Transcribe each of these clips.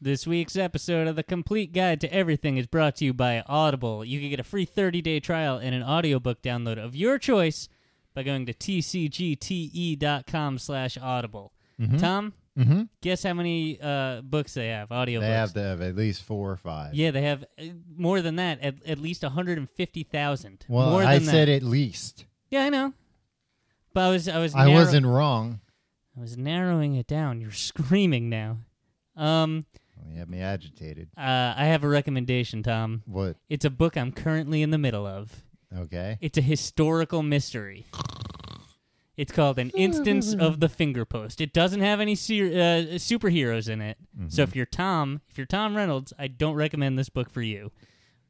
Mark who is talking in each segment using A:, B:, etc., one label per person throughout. A: This week's episode of The Complete Guide to Everything is brought to you by Audible. You can get a free 30 day trial and an audiobook download of your choice by going to tcgte.com E slash audible. Tom,
B: Mm-hmm.
A: guess how many uh, books they have, audiobooks?
B: They have to have at least four or five.
A: yeah, they have uh, more than that, at, at least 150,000.
B: Well,
A: more
B: I
A: than
B: said
A: that.
B: at least.
A: Yeah, I know. But I was, I was,
B: I
A: narrow-
B: wasn't wrong.
A: I was narrowing it down. You're screaming now. Um,
B: You had me agitated.
A: uh, I have a recommendation, Tom.
B: What?
A: It's a book I'm currently in the middle of.
B: Okay.
A: It's a historical mystery. It's called An Instance of the Finger Post. It doesn't have any ser- uh, superheroes in it. So if you're Tom, if you're Tom Reynolds, I don't recommend this book for you.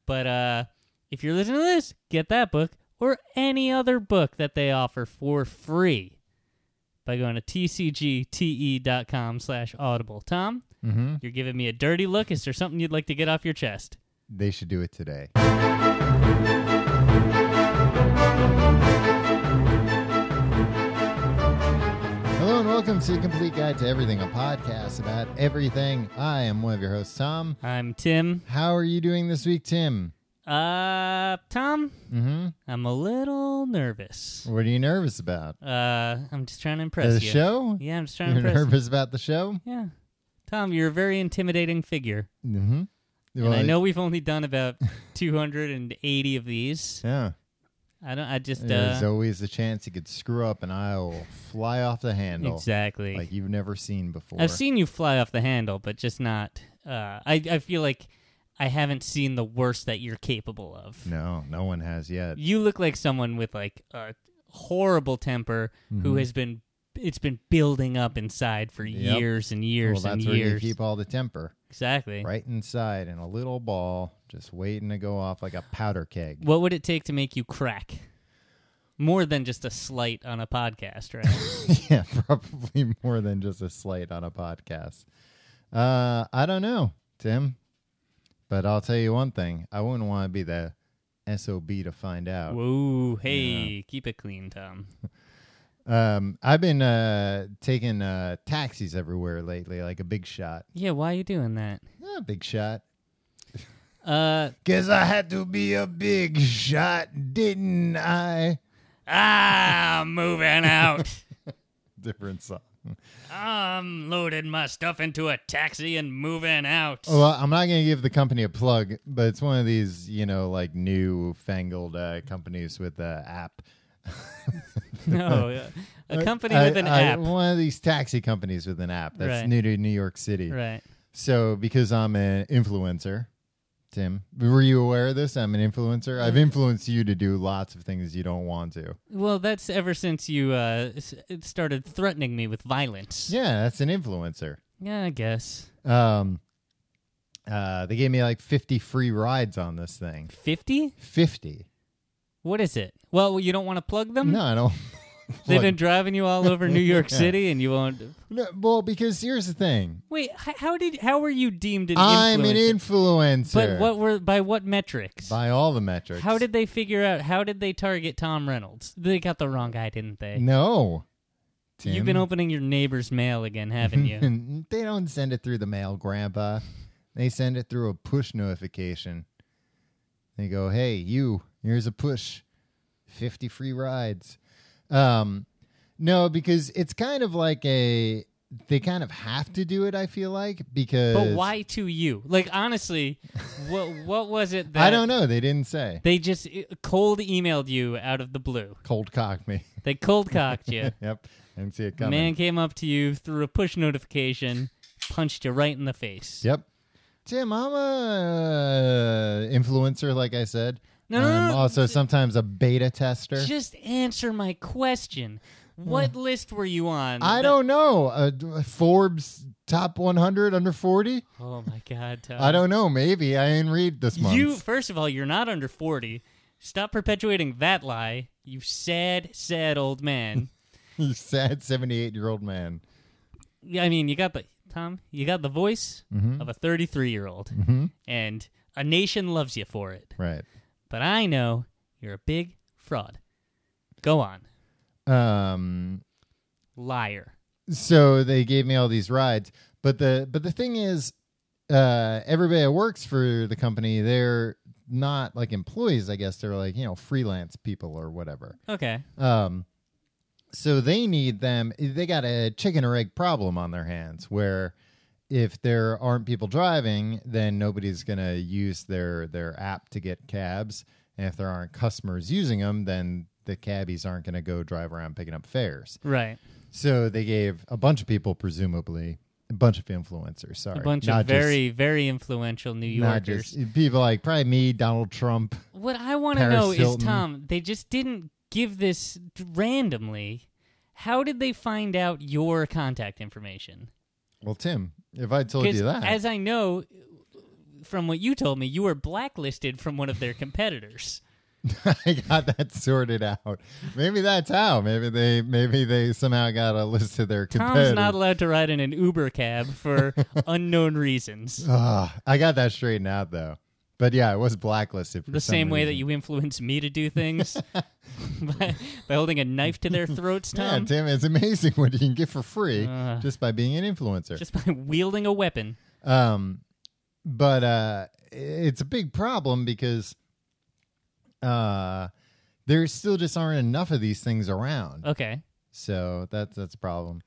A: But uh, if you're listening to this, get that book or any other book that they offer for free by going to tcgte.com E slash audible. Tom,
B: Mm-hmm.
A: you're giving me a dirty look. Is there something you'd like to get off your chest?
B: They should do it today. Hello and welcome to Complete Guide to Everything, a podcast about everything. I am one of your hosts, Tom.
A: I'm Tim.
B: How are you doing this week, Tim?
A: Uh, Tom,
B: Mm-hmm.
A: I'm a little nervous.
B: What are you nervous about?
A: Uh, I'm just trying to impress
B: The
A: you.
B: show?
A: Yeah, I'm just trying
B: You're
A: to impress.
B: nervous about the show?
A: you. Yeah, Tom, you're a very intimidating figure,
B: Mm-hmm.
A: and I know we've only done about 280 of these.
B: Yeah.
A: I don't. I just
B: There's
A: uh,
B: always a chance you could screw up and I'll fly off the handle
A: exactly.
B: like you've never seen before.
A: I've seen you fly off the handle, but just not. Uh, I I feel like I haven't seen the worst that you're capable of.
B: No, no one has yet.
A: You look like someone with like a horrible temper who
B: Mhm.
A: has been. It's been building up inside for
B: Yep.
A: years and
B: Well,
A: years and
B: that's where
A: years.
B: you keep all the temper,
A: exactly.
B: right inside in a little ball, just waiting to go off like a powder keg.
A: What would it take to make you crack? More than just a slight on a podcast, right?
B: yeah, probably more than just a slate on a podcast. Uh, I don't know, Tim, but I'll tell you one thing: I wouldn't want to be the sob to find out.
A: Whoa, hey, keep it clean, Tom.
B: Um, I've been uh, taking uh, taxis everywhere lately, like a big shot.
A: Yeah, why are you doing that?
B: Yeah, big shot.
A: Uh,
B: Cause I had to be a big shot, didn't I?
A: ah, moving out.
B: Different song.
A: I'm loading my stuff into a taxi and moving out.
B: Well, I'm not going to give the company a plug, but it's one of these, you know, like new fangled uh, companies with uh, app.
A: no, uh, a company
B: I-
A: with an
B: I-
A: app,
B: uh, One of these taxi companies with an app that's
A: Right.
B: new to New York City.
A: right?
B: So, because I'm an influencer, Tim, were you aware of this? I'm an influencer. I've
A: Mm.
B: influenced you to do lots of things you don't want to.
A: Well, that's ever since you uh, s- it started threatening me with violence.
B: Yeah, that's an influencer.
A: yeah I guess
B: Um, uh, they gave me like 50 free rides on this thing.
A: fifty.
B: 50.
A: What is it? Well, you don't want to plug them.
B: No, I don't.
A: They've
B: Look,
A: been driving you all over New York
B: Yeah.
A: City, and you won't.
B: no, well, because here's the thing.
A: Wait, h- how did how were you deemed an
B: I'm an
A: influencer?
B: influencer.
A: But what were by what metrics?
B: By all the metrics.
A: how did they figure out? How did they target Tom Reynolds? They got the wrong guy, didn't they?
B: No. Tim.
A: You've been opening your neighbor's mail again, haven't you?
B: they don't send it through the mail, Grandpa. They send it through a push notification. They go, "Hey, you! Here's a push, fifty free rides." Um, no, because it's kind of like a they kind of have to do it. I feel like because
A: but why to you? Like honestly, what what was it that
B: I don't know. They didn't say.
A: They just i- cold emailed you out of the blue.
B: Cold cock me.
A: They cold cocked you.
B: yep, didn't see it
A: The
B: coming.
A: man came up to you through a push notification, punched you right in the face.
B: Yep. Tim, I'm a uh, influencer, like I said.
A: No, no, no, no.
B: Also, sometimes a beta tester.
A: Just answer my question. What list were you on?
B: I don't know. Uh, d- Forbes top 100 under 40.
A: Oh my god, Tom.
B: I don't know. Maybe I didn't read this month.
A: You first of all, you're not under forty. Stop perpetuating that lie. You sad, sad old man.
B: You sad 78 year old man.
A: Yeah, I mean, you got the Tom. You got the voice
B: Mm-hmm.
A: of a 33 year old, and a nation loves you for it.
B: Right.
A: But I know you're a big fraud. Go on,
B: Um.
A: liar.
B: So they gave me all these rides, but the but the thing is, uh, uh, everybody that works for the company, they're not like employees, I guess. They're like, you know, freelance people or whatever.
A: Okay.
B: Um, so they need them. They got a chicken or egg problem on their hands where if there aren't people driving, then nobody's going to use their, their app to get cabs. And if there aren't customers using them, then the cabbies aren't going to go drive around picking up fares.
A: Right.
B: So they gave a bunch of people, presumably, a bunch of influencers, sorry.
A: A bunch
B: not
A: of
B: just-
A: very, very influential New
B: not
A: Yorkers.
B: just people like probably me, Donald Trump.
A: What I want to
B: Paris
A: know
B: Hilton.
A: is, Tom, they just didn't give this d- randomly. How did they find out your contact information?
B: Well, Tim, if I told you that,
A: as I know from what you told me, you were blacklisted from one of their competitors.
B: I got that sorted out. Maybe that's how. Maybe they maybe they somehow got a list of their competitors.
A: Tom's not allowed to ride in an Uber cab for unknown reasons.
B: Ah, I got that straightened out though. But yeah, I was blacklisted. For
A: The
B: some
A: same way that
B: reason.
A: you influence me to do things by, by holding a knife to their throats,
B: Yeah,
A: Tom,
B: Tim, it's amazing what you can get for free
A: Ugh.
B: just by being an influencer.
A: just by wielding a weapon.
B: Um, but uh, it's a big problem because uh, there still just aren't enough of these things around.
A: Okay.
B: So that's that's a problem.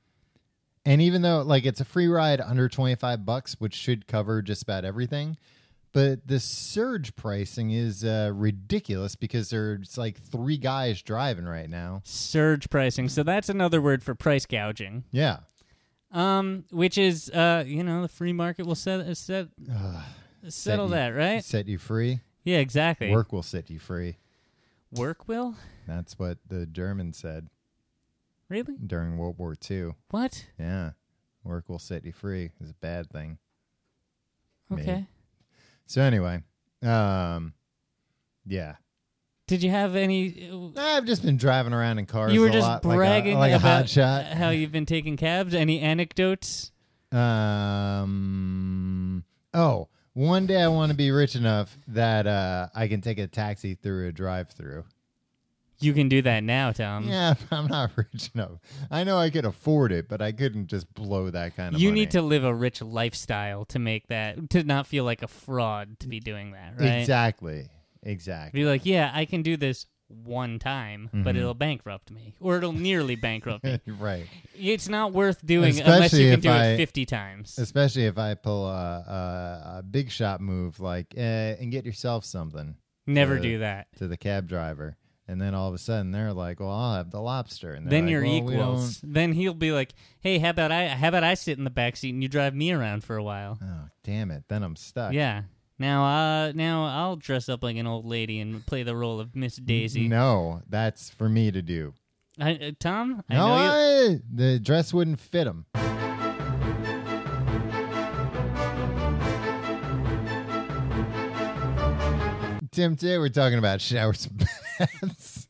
B: And even though like it's a free ride under 25 bucks, which should cover just about everything, but the surge pricing is uh, ridiculous because there's like three guys driving right now.
A: Surge pricing. So that's another word for price gouging.
B: Yeah.
A: Um, which is uh, you know, the free market will set uh, set settle
B: you-
A: that, right?
B: Set you free.
A: Yeah, exactly.
B: Work will set you free.
A: Work will?
B: That's what the Germans said
A: Really?
B: during World War II.
A: What?
B: Yeah. Work will set you free is a bad thing. Me.
A: Okay.
B: So anyway, um yeah.
A: Did you have any
B: I've just been driving around in cars.
A: you were
B: a
A: just
B: lot, like a-
A: bragging
B: like a,
A: about
B: hot shot.
A: uh, how you've been taking cabs? Any anecdotes?
B: Um. Oh, one day I want to be rich enough that uh, I can take a taxi through a drive-through.
A: You can do that now, Tom.
B: Yeah, I'm not rich enough. I know I could afford it, but I couldn't just blow that kind of.
A: You
B: money.
A: need to live a rich lifestyle to make that to not feel like a fraud to be doing that, right?
B: exactly, exactly.
A: Be like, yeah, I can do this one time, but
B: Mm-hmm.
A: it'll bankrupt me, or it'll nearly bankrupt me.
B: right,
A: It's not worth doing unless
B: Especially
A: you can
B: if
A: do
B: I-
A: it 50 times.
B: especially if I pull a, a, a big shot move like uh, and get yourself something
A: Never
B: uh,
A: do that.
B: to the cab driver. And then all of a sudden they're like, "Well, I'll have the lobster." And they're
A: Then
B: like,
A: you're
B: "Well, we don't-
A: equals. Then he'll be like, "Hey, how about I how about I sit in the back seat and you drive me around for a while?"
B: Oh, damn it. Then I'm stuck.
A: Yeah. Now, uh, now I'll dress up like an old lady and play the role of Miss Daisy.
B: No, that's for me to do.
A: I, uh, Tom, I
B: no,
A: know you.
B: I, the dress wouldn't fit him. Tim, today we're talking about showers and baths.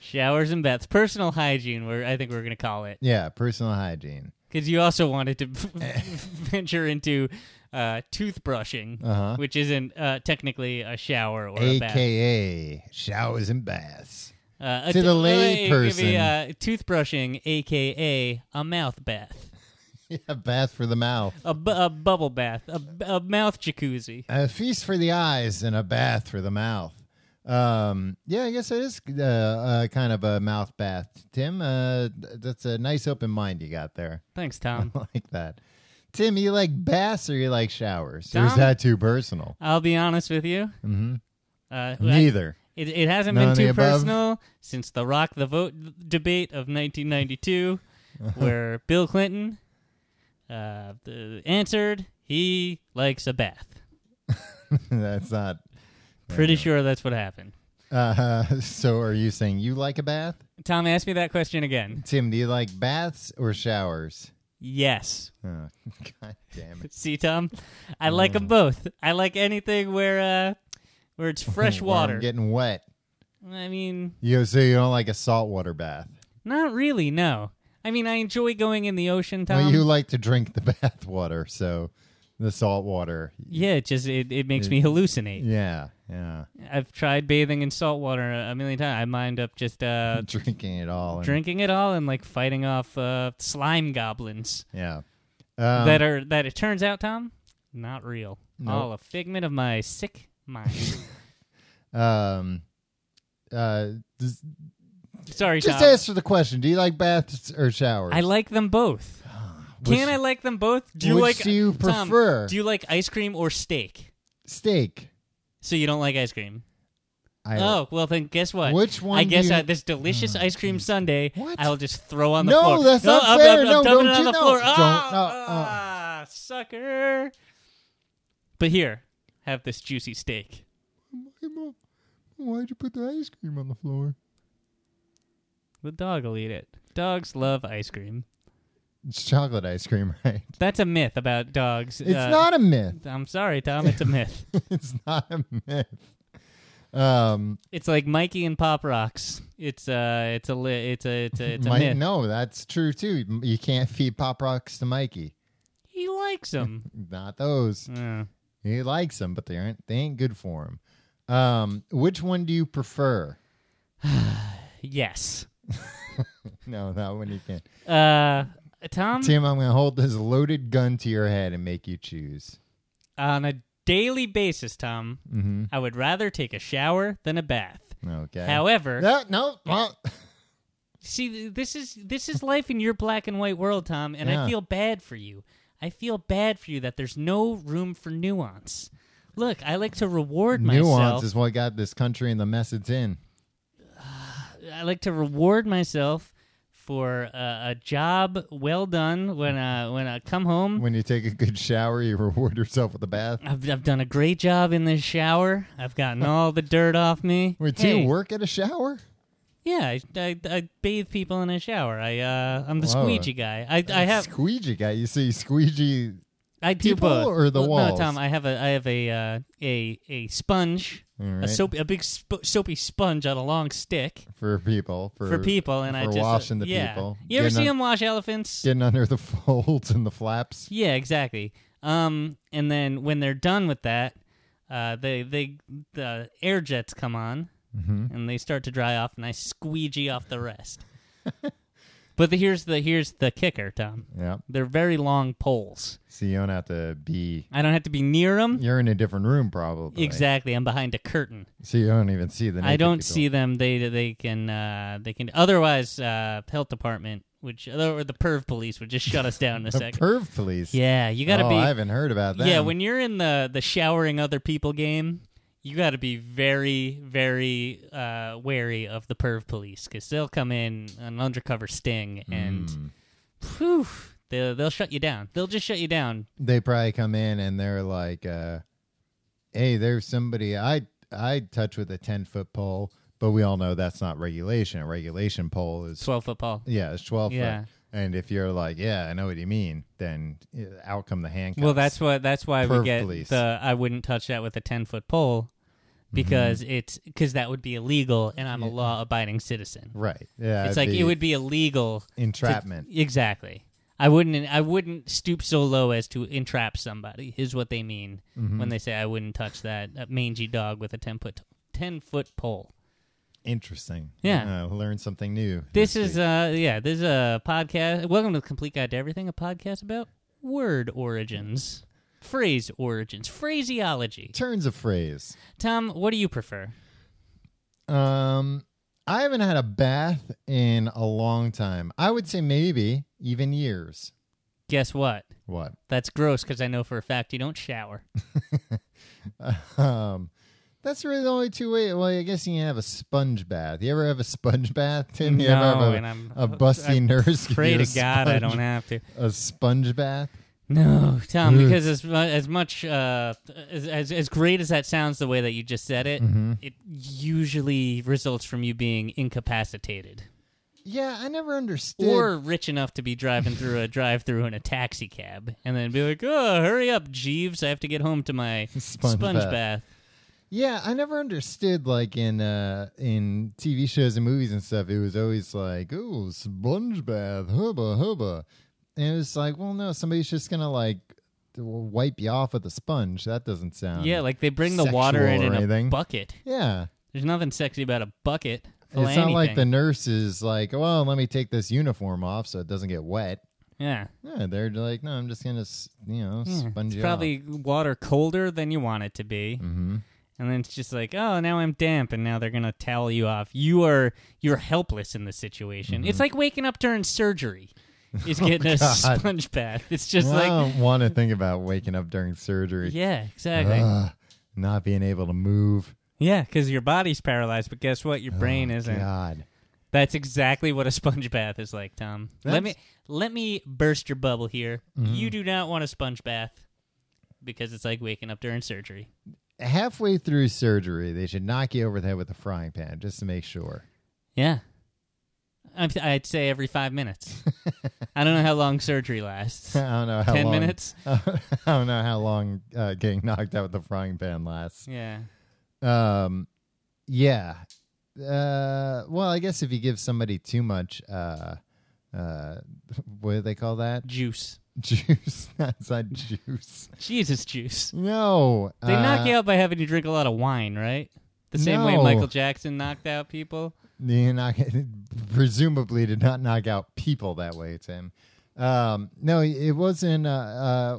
A: Showers and baths, personal hygiene. Where I think we're gonna call it,
B: yeah, personal hygiene.
A: because you also wanted to venture into uh, toothbrushing,
B: Uh-huh.
A: which isn't uh, technically a shower or a bath.
B: AKA showers and baths.
A: Uh, a
B: To the
A: t-
B: lay
A: well, it could
B: person.
A: be, uh, toothbrushing, aka a mouth bath,
B: Yeah, bath for the mouth.
A: a, bu- a bubble bath, a, b- a mouth jacuzzi.
B: A feast for the eyes and a bath for the mouth. Um, yeah, I guess it is uh, uh, kind of a mouth bath, Tim. Uh, th- that's a nice open mind you got there.
A: Thanks, Tom.
B: I like that. Tim, you like baths or you like showers? Or is
A: Tom?
B: that too personal?
A: I'll be honest with you. Mm-hmm. Uh, I-
B: Neither.
A: It, it hasn't
B: None of the
A: been too
B: above?
A: personal since the Rock the Vote debate of 1992, where Bill Clinton uh, th- answered he likes a bath.
B: that's not.
A: Pretty sure that's what happened.
B: Uh, so are you saying you like a bath?
A: Tom, ask me that question again.
B: Tim, do you like baths or showers?
A: Yes.
B: Oh, God damn it.
A: See, Tom, I like 'em both. I like anything where uh, where it's fresh
B: Where I'm
A: water.
B: getting wet.
A: I mean,
B: You so you don't like a saltwater bath?
A: not really. No. I mean, I enjoy going in the ocean, Tom.
B: Well, you like to drink the bath water, so the salt water.
A: yeah, it just it, it makes me hallucinate.
B: Yeah, yeah.
A: I've tried bathing in salt water a a million times. I mind up just uh,
B: Drinking it all. and-
A: drinking it all and like fighting off uh, slime goblins
B: Yeah. Um,
A: that are that it turns out, Tom, not real.
B: Nope.
A: All a figment of my sick mind.
B: Um, uh, just,
A: Sorry,
B: just
A: Tom.
B: answer the question. Do you like baths or showers?
A: I like them both.
B: Which-
A: Can I like them both? Do you
B: which
A: like uh,
B: do you
A: Tom,
B: prefer?
A: do you like ice cream or steak?
B: steak.
A: So you don't like ice cream.
B: I,
A: oh well, then guess what?
B: Which one
A: I
B: do
A: guess
B: you- Hmm.
A: uh, this delicious ice cream sundae.
B: What?
A: I will just throw on the
B: No,
A: floor. Oh,
B: that's not
A: I'm,
B: fair.
A: I'm, I'm
B: No,
A: dumping
B: don't
A: it on
B: do-
A: the
B: no.
A: floor.
B: Don't-
A: Ah,
B: no, uh.
A: ah, sucker! But here, have this juicy steak.
B: Hey, Mom, why'd you put the ice cream on the floor?
A: The dog will eat it. Dogs love ice cream.
B: It's chocolate ice cream, right?
A: That's a myth about dogs. Uh,
B: It's not a myth.
A: I'm sorry, Tom. It's a myth.
B: it's not a myth. Um,
A: it's like Mikey and Pop Rocks. It's uh, it's a li- it's a it's a it's a
B: Mike,
A: myth.
B: no, that's true too. M- You can't feed pop rocks to Mikey.
A: He likes them.
B: Not those.
A: Uh,
B: He likes them, but they aren't. They ain't good for him. Um, which one do you prefer?
A: yes.
B: No, that one you can't.
A: Uh, Tom,
B: Tim, I'm gonna hold this loaded gun to your head and make you choose.
A: on a daily basis, Tom,
B: Mm-hmm.
A: I would rather take a shower than a bath.
B: Okay.
A: However,
B: No, no. Well,
A: see, th- this is this is life in your black and white world, Tom, and
B: Yeah.
A: I feel bad for you. I feel bad for you that there's no room for nuance. Look, I like to reward
B: nuance
A: myself.
B: is what got this country in the mess it's in.
A: I like to reward myself for uh, a job well done when uh, when I come home.
B: When you take a good shower, you reward yourself with a bath.
A: I've, I've done a great job in this shower. I've gotten all the dirt off me.
B: Wait, do
A: Hey,
B: you work at a shower?
A: Yeah, I, I, I bathe people in a shower. I uh, I'm the
B: Wow.
A: squeegee guy. I I have
B: squeegee guy. You see squeegee.
A: I do
B: people
A: both.
B: or the
A: Well,
B: walls?
A: No, Tom, I have a I have a uh, a a sponge,
B: All right.
A: a soap, a big sp- soapy sponge on a long stick
B: for people for,
A: for, people, and I
B: for
A: just uh,
B: washing the
A: yeah.
B: people.
A: You ever
B: Getting
A: see
B: on-
A: them wash elephants?
B: getting under the folds and the flaps.
A: Yeah, exactly. Um, and then when they're done with that, uh, they they the air jets come on
B: Mm-hmm.
A: and they start to dry off, and I squeegee off the rest. but the, here's the here's the kicker, Tom.
B: Yeah.
A: They're very long poles.
B: So you don't have to be.
A: I don't have to be near them.
B: You're in a different room probably.
A: Exactly, I'm behind a curtain.
B: So you don't even see the.
A: I
B: naked
A: don't
B: people.
A: see them. They they can uh, they can. Otherwise, uh, health department, which or the perv police would just shut us down in a
B: the
A: second.
B: perv police.
A: yeah, you got to
B: oh,
A: be.
B: I haven't heard about that.
A: Yeah, when you're in the the showering other people game, you got to be very very uh, wary of the perv police because they'll come in an undercover sting
B: Hmm.
A: and whew, they'll they'll shut you down. They'll just shut you down.
B: they probably come in and they're like, uh, "Hey, there's somebody I I touch with a ten foot pole." But we all know that's not regulation. A regulation pole is
A: Twelve foot pole.
B: Yeah, it's 12
A: Yeah.
B: foot. And if you're like, yeah, I know what you mean, then uh, out come the handcuffs.
A: Well, that's what that's why we
B: Perv
A: get
B: police. Mm-hmm.
A: the I wouldn't touch that with a ten foot pole because it's because that would be illegal and I'm a law abiding citizen.
B: right. Yeah,
A: It's
B: it'd
A: like
B: be
A: it would be illegal
B: entrapment.
A: Exactly. I wouldn't. I wouldn't stoop so low as to entrap somebody. Is what they mean
B: Mm-hmm.
A: when they say I wouldn't touch that uh, mangy dog with a ten foot ten foot pole.
B: Interesting.
A: Yeah.
B: Uh, learn something new.
A: This is uh yeah. This is a podcast. Welcome to Complete Guide to Everything, a podcast about word origins, phrase origins, phraseology.
B: turns of phrase.
A: Tom, what do you prefer?
B: Um, I haven't had a bath in a long time. I would say maybe even years.
A: Guess what?
B: What?
A: That's gross because I know for a fact you don't shower.
B: Um, that's really the only two ways. Well, I guess you can have a sponge bath. You ever have a sponge bath, Tim? You ever
A: No,
B: have a,
A: and I'm-
B: a busty
A: I'm
B: nurse. give you
A: Pray
B: a
A: to God I
B: sponge-
A: don't have to.
B: a sponge bath.
A: No, Tom,
B: Ugh.
A: because as mu- as much uh, as, as as great as that sounds, the way that you just said it,
B: Mm-hmm.
A: it usually results from you being incapacitated
B: Yeah, I never understood.
A: or rich enough to be driving through a drive-through in a taxi cab, and then be like, "Oh, hurry up, Jeeves! I have to get home to my
B: Sponge
A: sponge,
B: bath.
A: bath.
B: yeah, I never understood like in uh in TV shows and movies and stuff. It was always like, "Ooh, sponge bath, hubba hubba," and it was like, "Well, no, somebody's just gonna like wipe you off with a sponge." That doesn't sound.
A: Yeah, like they bring the water in
B: Um, sexual or
A: in a
B: anything.
A: bucket.
B: yeah.
A: There's nothing sexy about a bucket.
B: It's not like the nurse is like, "Well, let me take this uniform off so it doesn't get wet."
A: Yeah.
B: Yeah, they're like, no, I'm just gonna, s- you know,
A: yeah.
B: sponge
A: Hmm, It's
B: you
A: probably water colder than you want it to be.
B: hmm
A: And then it's just like, oh, now I'm damp, and now they're gonna towel you off. You are you're helpless in this situation. It's like waking up during surgery. Is getting a
B: Mm-hmm. Oh, God.
A: sponge bath. It's just
B: I
A: like,
B: don't want to think about waking up during surgery.
A: yeah, exactly.
B: Ugh, not being able to move.
A: Yeah, because your body's paralyzed, but guess what? Your brain
B: Oh,
A: isn't.
B: God.
A: That's exactly what a sponge bath is like, Tom. Let me
B: That's- Mm-hmm.
A: let me burst your bubble here. You do not want a sponge bath because it's like waking up during surgery.
B: Halfway through surgery, they should knock you over the head with a frying pan just to make sure.
A: Yeah, I'm, I'd say every five minutes. I don't know how long surgery lasts.
B: I don't know how
A: Ten
B: long.
A: minutes.
B: I don't know how long uh, getting knocked out with a frying pan lasts.
A: Yeah.
B: Um, yeah. Uh, well, I guess if you give somebody too much, uh, uh, what do they call that?
A: Juice.
B: Juice. That's not juice.
A: Jesus, juice.
B: No.
A: They knock
B: uh,
A: you out by having you drink a lot of wine, right? The same way
B: No.
A: Michael Jackson knocked out people.
B: You knock, presumably did not knock out people that way, Tim. Um, no, it wasn't. Uh,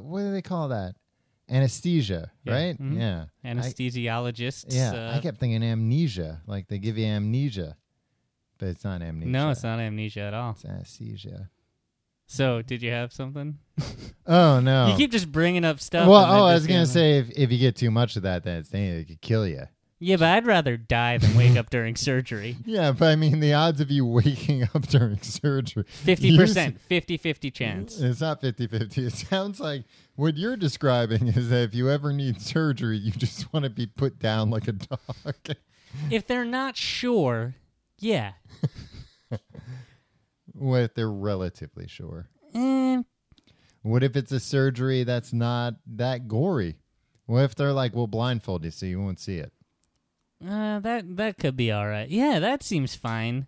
B: uh, what do they call that? Anesthesia,
A: Yeah.
B: right?
A: Mhm.
B: Yeah. I-
A: Anesthesiologists.
B: yeah.
A: uh,
B: I kept thinking amnesia, like they give you amnesia, but it's not amnesia.
A: no, it's not amnesia at all.
B: It's anesthesia.
A: So, did you have something?
B: Oh no.
A: You keep just bringing up stuff.
B: well,
A: and then
B: oh, I was
A: just
B: gonna
A: being like,
B: say if, if you get too much of that, then it's dangerous. It could kill you.
A: Yeah, but I'd rather die than wake up during surgery.
B: Yeah, but I mean, the odds of you waking up during surgery
A: 50%, 50 50 chance.
B: It's not 50 50. It sounds like what you're describing is that if you ever need surgery, you just want to be put down like a dog.
A: If they're not sure, yeah.
B: what if they're relatively sure?
A: Eh,
B: What if it's a surgery that's not that gory? What if they're like, we'll blindfold you so you won't see it?
A: uh, that, that could be all right. Yeah, that seems fine.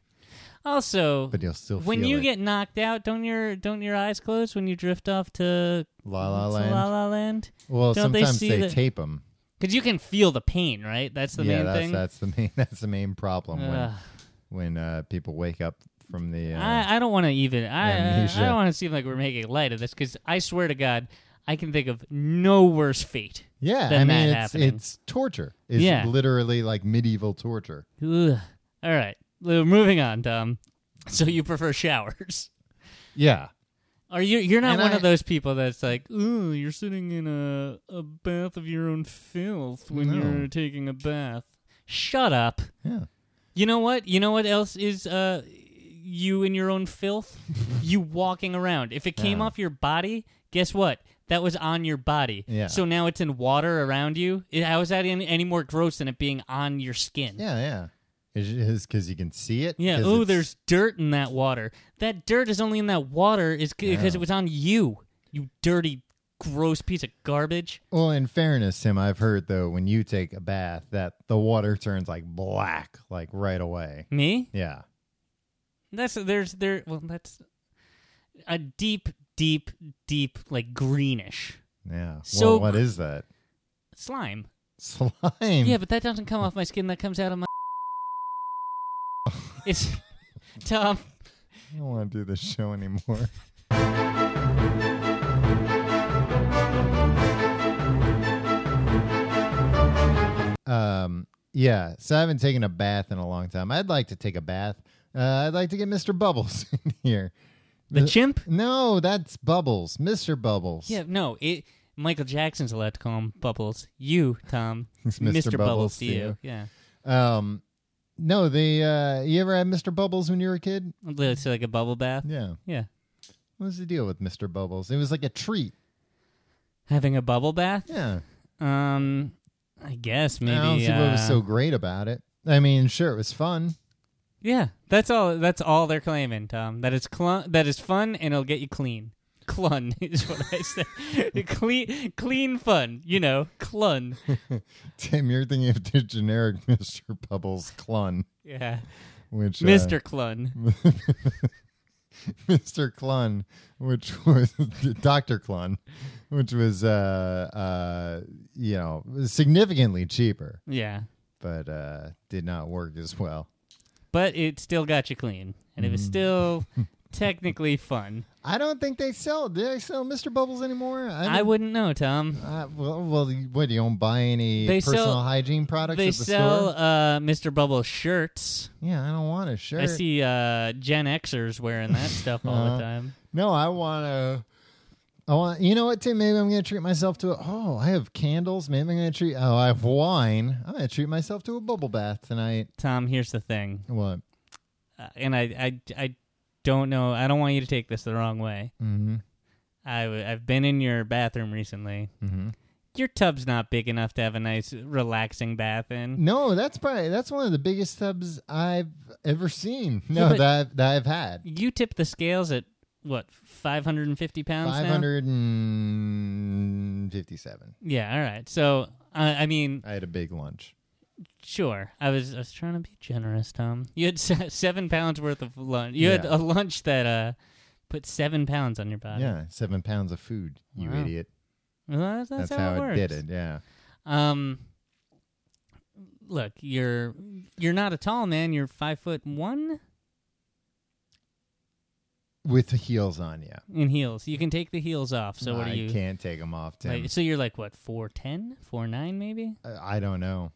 A: Also,
B: But you'll still
A: when
B: feel
A: you
B: it.
A: get knocked out, don't your don't your eyes close when you drift off to
B: La La
A: to
B: Land.
A: La La Land?
B: well,
A: don't they
B: sometimes
A: see
B: they,
A: the-
B: tape them.
A: Because you can feel the pain, right? That's the
B: yeah,
A: main
B: that's
A: thing.
B: that's the main that's the main problem
A: Ugh. Ah,
B: when when uh, people wake up from the. Uh,
A: I, I don't want to even. I, I,
B: Amnesia.
A: I don't want to seem like we're making light of this because I swear to God, I can think of no worse fate.
B: yeah,
A: than
B: I mean
A: that
B: it's
A: happening.
B: it's torture. It's
A: Yeah.
B: literally like medieval torture.
A: Ugh. All right, Lou, moving on, Tom. So you prefer showers?
B: Yeah.
A: Are you? You're not
B: And
A: one
B: I-
A: of those people that's like, ooh, you're sitting in a a bath of your own filth when
B: No.
A: you're taking a bath. Shut up.
B: Yeah.
A: You know what? You know what else is uh you in your own filth? you walking around. If it came
B: Yeah.
A: off your body, guess what? That was on your body.
B: Yeah.
A: So now it's in water around you. It- How is that any, any more gross than it being on your skin?
B: Yeah, yeah. It's because you can see it.
A: Yeah.
B: 'Cause
A: Oh,
B: it's-
A: there's dirt in that water. That dirt is only in that water is because it
B: Yeah.
A: was on you. You dirty, gross piece of garbage.
B: Well, in fairness, Tim, I've heard though when you take a bath that the water turns like black, like right away.
A: Me?
B: Yeah.
A: That's there's there. Well, that's a deep, deep, deep like greenish
B: Yeah.
A: So
B: well, what is that?
A: slime.
B: Slime.
A: Yeah, but that doesn't come off my skin. That comes out of my. it's Tom.
B: I don't want to do this show anymore. um. Yeah. So I haven't taken a bath in a long time. I'd like to take a bath. Uh, I'd like to get Mr. Bubbles in here.
A: The
B: Uh,
A: chimp.
B: No, that's Bubbles, Mr. Bubbles.
A: Yeah, no. It. Michael Jackson's allowed to call him Bubbles. You, Tom,
B: It's
A: Mr. Bubbles to
B: to
A: you. Yeah,
B: you. Um, no, they. Uh, you ever had Mr. Bubbles when you were a kid?
A: it's like a bubble bath.
B: Yeah.
A: Yeah,
B: What was the deal with Mr. Bubbles? It was like a treat.
A: having a bubble bath.
B: Yeah.
A: Um, I guess maybe.
B: I don't see what was
A: uh,
B: so great about it. I mean, sure, it was fun.
A: Yeah, that's all. That's all they're claiming, Tom. That it's cl- that is fun and it'll get you clean. Clun is what I said. clean, clean fun. You know, clun.
B: Tim, you're thinking of the generic Mr. Bubbles Clun,
A: Yeah,
B: which uh,
A: Mr. Clun.
B: Mr. Clun, which was Dr. Clun, which was uh uh you know significantly cheaper,
A: Yeah,
B: but uh did not work as well.
A: but it still got you clean, and it was still technically fun.
B: I don't think they sell. Do they sell Mr. Bubbles anymore? don't-
A: I wouldn't know, Tom.
B: Uh, well, well, you- what do you don't buy any
A: They
B: personal
A: sell-
B: hygiene products
A: They
B: at the
A: sell
B: store?
A: uh, Mr. Bubble shirts.
B: Yeah, I don't want a shirt.
A: I see uh, Gen Xers wearing that stuff all
B: Uh-huh.
A: the time.
B: No, I want to. I want. You know what, Tim? Maybe I'm going to treat myself to. A, oh, I have candles. Maybe I'm going to treat. Oh, I have wine. I'm going to treat myself to a bubble bath tonight.
A: Tom, here's the thing,
B: What?
A: uh, and I, I, I don't know. I don't want you to take this the wrong way.
B: Mm-hmm.
A: I, have been in your bathroom recently.
B: Mm-hmm.
A: Your tub's not big enough to have a nice, relaxing bath in.
B: No, that's probably that's one of the biggest tubs I've ever seen.
A: Yeah,
B: No,
A: but-
B: that I've, that I've had.
A: You tip the scales at what 550 pounds
B: Five
A: now.
B: hundred and fifty-seven.
A: Yeah, all right. So I I mean,
B: I had a big lunch.
A: sure. I was I was trying to be generous, Tom. You had se- seven pounds worth of lunch. You had
B: Yeah.
A: a lunch that uh put seven pounds on your body.
B: yeah, seven pounds of food. You
A: Wow.
B: idiot.
A: Well, that's, that's,
B: That's, how,
A: it works.
B: it did it. Yeah.
A: Um, look, you're you're not a tall man. You're five foot one
B: With the heels on, yeah.
A: in heels. You can take the heels off. So what
B: I
A: are you?
B: can't take them off, Tim.
A: like, so you're like what four ten, four nine maybe?
B: I I don't know.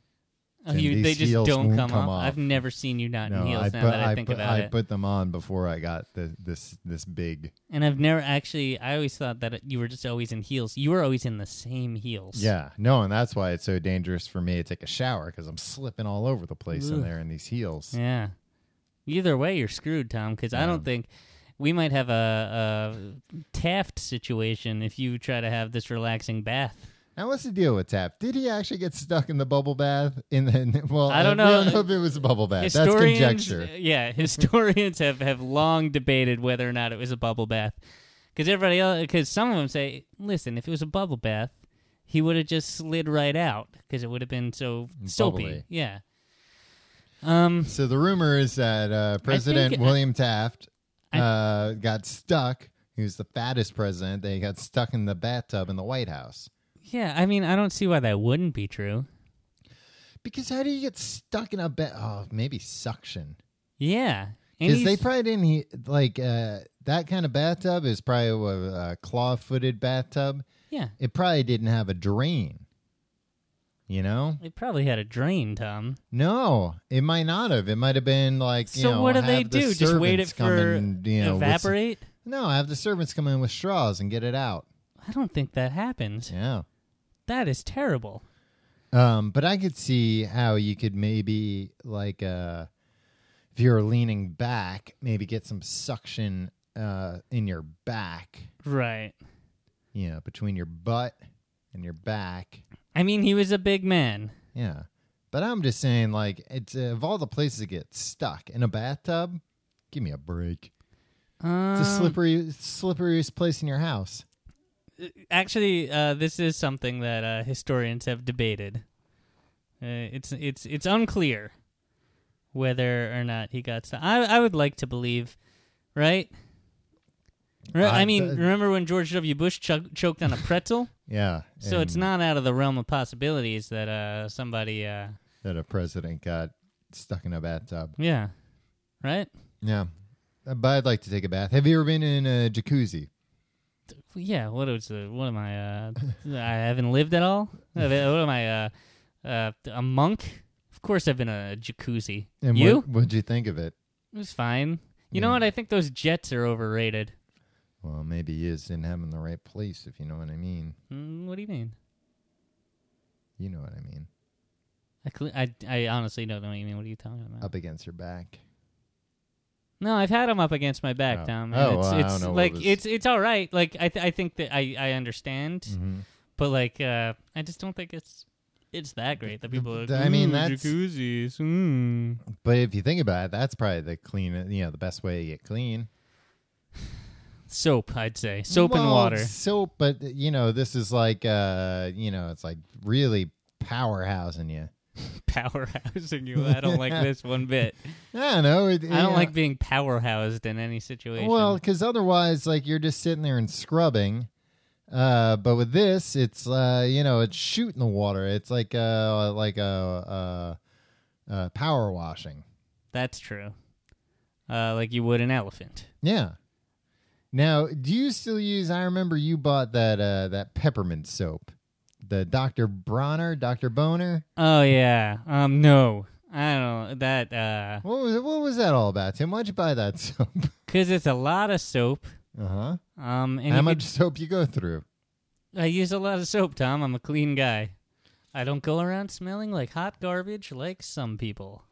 A: Oh,
B: Tim,
A: you,
B: these
A: they just
B: heels
A: don't
B: won't
A: come,
B: come
A: off.
B: off.
A: I've never seen you not in
B: no,
A: heels
B: I
A: now
B: put
A: that I, think
B: put,
A: about
B: I
A: it.
B: put them on before I got the, this this big.
A: and I've never actually. I always thought that you were just always in heels. You were always in the same heels.
B: Yeah, no, and that's why it's so dangerous for me to take a shower because I'm slipping all over the place in
A: Ugh.
B: there in these heels.
A: Yeah. Either way, you're screwed, Tom, because I
B: Yeah.
A: don't think we might have a, a Taft situation if you try to have this relaxing bath.
B: Now, what's the deal with Tap? Did he actually get stuck in the bubble bath? In the in- well,
A: I don't
B: we
A: know.
B: if it was a bubble bath. That's
A: Historians- uh,
B: conjecture.
A: Yeah, historians have, have long debated whether or not it was a bubble bath. Because everybody else, because some of them say, listen, if it was a bubble bath, he would have just slid right out because it would have been so soapy.
B: Bubbly.
A: Yeah. Um,
B: So the rumor is that uh, President
A: think-
B: William Taft
A: I-
B: uh, got stuck. He was the fattest president. They got stuck in the bathtub in the White House.
A: yeah, I mean, I don't see why that wouldn't be true.
B: Because how do you get stuck in a bed? Oh, maybe suction.
A: Yeah. And
B: Because they
A: he's-
B: probably didn't he- like uh, that kind of bathtub is probably a, a claw-footed bathtub.
A: yeah.
B: It probably didn't have a drain. You know?
A: They probably had a drain, Tom.
B: No, it might not have. It might have been like you
A: So
B: know,
A: what do they
B: have the
A: do? Just wait it
B: servants come
A: for
B: and, you know, with-
A: evaporate?
B: no, have the servants come in with straws and get it out.
A: I don't think that happens.
B: Yeah.
A: That is terrible.
B: Um, but I could see how you could maybe like uh if you're leaning back, maybe get some suction uh in your back,
A: Right.
B: you know, between your butt and your back.
A: I mean, he was a big man.
B: Yeah. But I'm just saying like it's uh, of all the places to get stuck in a bathtub, give me a break.
A: Um,
B: It's the slippery slipperiest place in your house.
A: Actually, uh, this is something that uh, historians have debated. Uh, it's it's it's unclear whether or not he got. St- I I would like to believe, right? Re-
B: I-
A: I mean,
B: th-
A: remember when George W. Bush chug- choked on a pretzel?
B: Yeah.
A: so it's
B: and
A: not out of the realm of possibilities that uh, somebody, uh,
B: that a president got stuck in a bathtub.
A: yeah, right?
B: Yeah. Uh, But I'd like to take a bath. Have you ever been in a jacuzzi?
A: Yeah, what is the what am I? Uh, I haven't lived at all. Have I- What am I? Uh, uh, a monk? Of course, I've been a jacuzzi.
B: And
A: you?
B: What, what'd you think of it?
A: It was fine. You know
B: Yeah.
A: what? I think those jets are overrated.
B: Well, maybe you just didn't have him in the right place, if you know what I mean.
A: Mm, what do you mean?
B: You know what I mean.
A: I, cle I I honestly don't know what you mean. What are you talking about?
B: Up against your back.
A: No, I've had them up against my back,
B: Oh.
A: Tom. and
B: Oh,
A: it's,
B: well, I
A: it's
B: don't know what
A: like
B: was-
A: it's it's all right. Like I th- I think that I I understand,
B: Mm-hmm.
A: but like uh, I just don't think it's it's that great that people. Are like,
B: I mean,
A: "Ooh,
B: that's-
A: jacuzzis. Mm.
B: But if you think about it, that's probably the clean, you know, the best way to get clean.
A: Soap, I'd say. Soap and
B: Well,
A: water.
B: Soap, but uh, you know, this is like, uh, you know, it's like really powerhousing you.
A: Powerhousing you. I don't like this one bit.
B: I don't know. It,
A: I don't like being powerhoused in any situation.
B: Well, because otherwise, like you're just sitting there and scrubbing. Uh, but with this, it's uh, you know, it's shooting the water. It's like uh, like a uh, uh, power washing.
A: that's true. Uh, like you would an elephant.
B: Yeah, Now, do you still use? I remember you bought that uh, that peppermint soap, the Dr. Bronner, Dr. Boner.
A: Oh yeah. Um no. I don't know. That uh
B: What was what was that all about, Tim? Why'd you buy that soap?
A: cuz it's a lot of soap.
B: Uh huh.
A: Um and
B: How
A: you
B: much soap you go through?
A: could- I use a lot of soap, Tom. I'm a clean guy. I don't go around smelling like hot garbage like some people.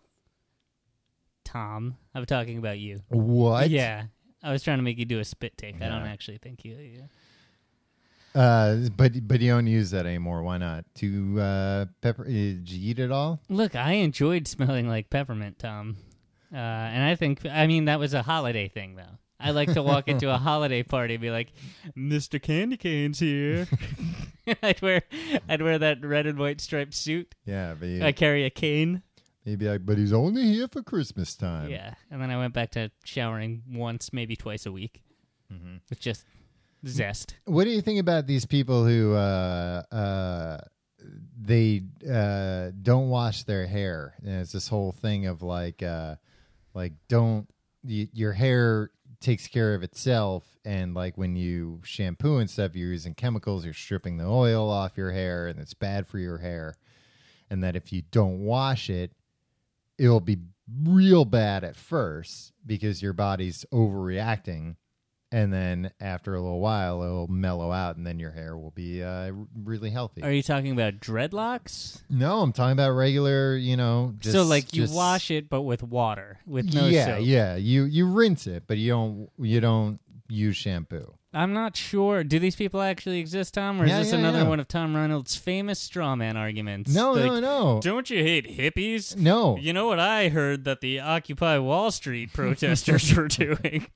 A: Tom, I'm talking about you.
B: What?
A: Yeah. I was trying to make you do a spit take. I don't
B: Yeah.
A: actually think you. you-
B: Uh, but but you don't use that anymore. Why not? To uh, pepper? Did you eat it all?
A: Look, I enjoyed smelling like peppermint, Tom. Uh, and I think, I mean, that was a holiday thing, though. I like to walk into a holiday party and be like, "Mr. Candy Cane's here." I'd wear, I'd wear that red and white striped suit.
B: Yeah, but you,
A: I carry a cane.
B: you'd be like, but he's only here for Christmas time.
A: yeah, and then I went back to showering once, maybe twice a week,
B: Mm-hmm.
A: with just zest.
B: What do you think about these people who uh, uh, they uh, don't wash their hair? And it's this whole thing of like, uh, like don't y- your hair takes care of itself, and like when you shampoo and stuff, you're using chemicals, you're stripping the oil off your hair, and it's bad for your hair. And that if you don't wash it, it'll be real bad at first because your body's overreacting and then after a little while it'll mellow out and then your hair will be uh, r- really healthy
A: Are you talking about dreadlocks?
B: no i'm talking about regular you know just,
A: so, like, you
B: just-
A: wash it, but with water, with no
B: yeah
A: soap.
B: yeah you you rinse it but you don't you don't use shampoo
A: I'm not sure. Do these people actually exist, Tom, or
B: Yeah,
A: is this
B: yeah,
A: another
B: yeah.
A: one of Tom Reynolds' famous straw man arguments?
B: no
A: Like,
B: no no
A: Don't you hate hippies?
B: no
A: You know what I heard that the Occupy Wall Street protesters were doing.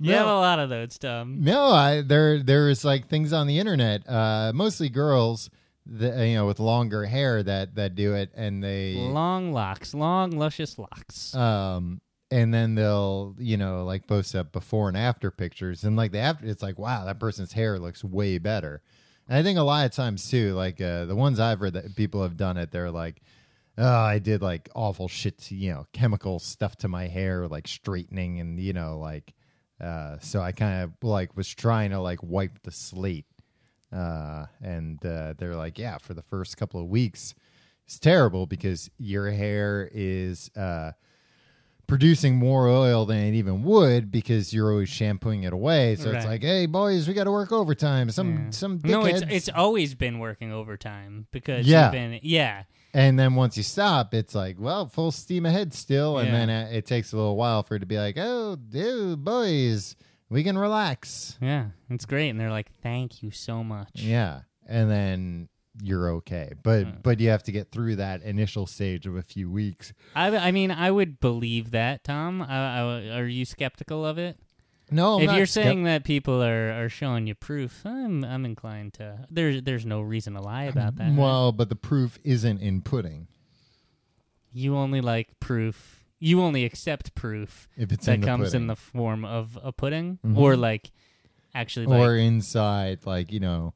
A: You
B: No.
A: have a lot of those, Tom.
B: No, I there there is like things on the internet, uh, mostly girls, that, you know, with longer hair that that do it, and they
A: Long locks, long luscious locks.
B: um and then they'll you know like post up before and after pictures and like the after it's like wow that person's hair looks way better and i think a lot of times too like uh, the ones i've read that people have done it they're like oh i did like awful shit to you know chemical stuff to my hair like straightening and you know like uh so i kind of like was trying to like wipe the slate uh and uh they're like yeah for the first couple of weeks it's terrible because your hair is uh producing more oil than it even would because you're always shampooing it away. So it's
A: Right.
B: like, hey boys, we got to work overtime. Some
A: Yeah.
B: some dickheads.
A: no, it's it's always been working overtime because
B: Yeah.
A: you've been yeah.
B: and then once you stop, it's like, well, full steam ahead still. And
A: Yeah.
B: then uh, it takes a little while for it to be like, oh, dude, boys, we can relax.
A: Yeah. It's great. And they're like, Thank you so much. Hmm.
B: Yeah, and then you're okay. But but you have to get through that initial stage of a few weeks.
A: I, I mean, I would believe that, Tom. I, I, are you skeptical of it?
B: No, I'm
A: if
B: not
A: you're
B: skep-
A: saying that people are, are showing you proof, I'm I'm inclined to. There's there's no reason to
B: Mm-hmm.
A: lie about that.
B: well, but the proof isn't in pudding.
A: you only like proof. You only accept proof
B: If it's
A: that
B: in the
A: comes
B: pudding.
A: in the form of a pudding
B: Mhm.
A: or like actually like
B: or inside like you know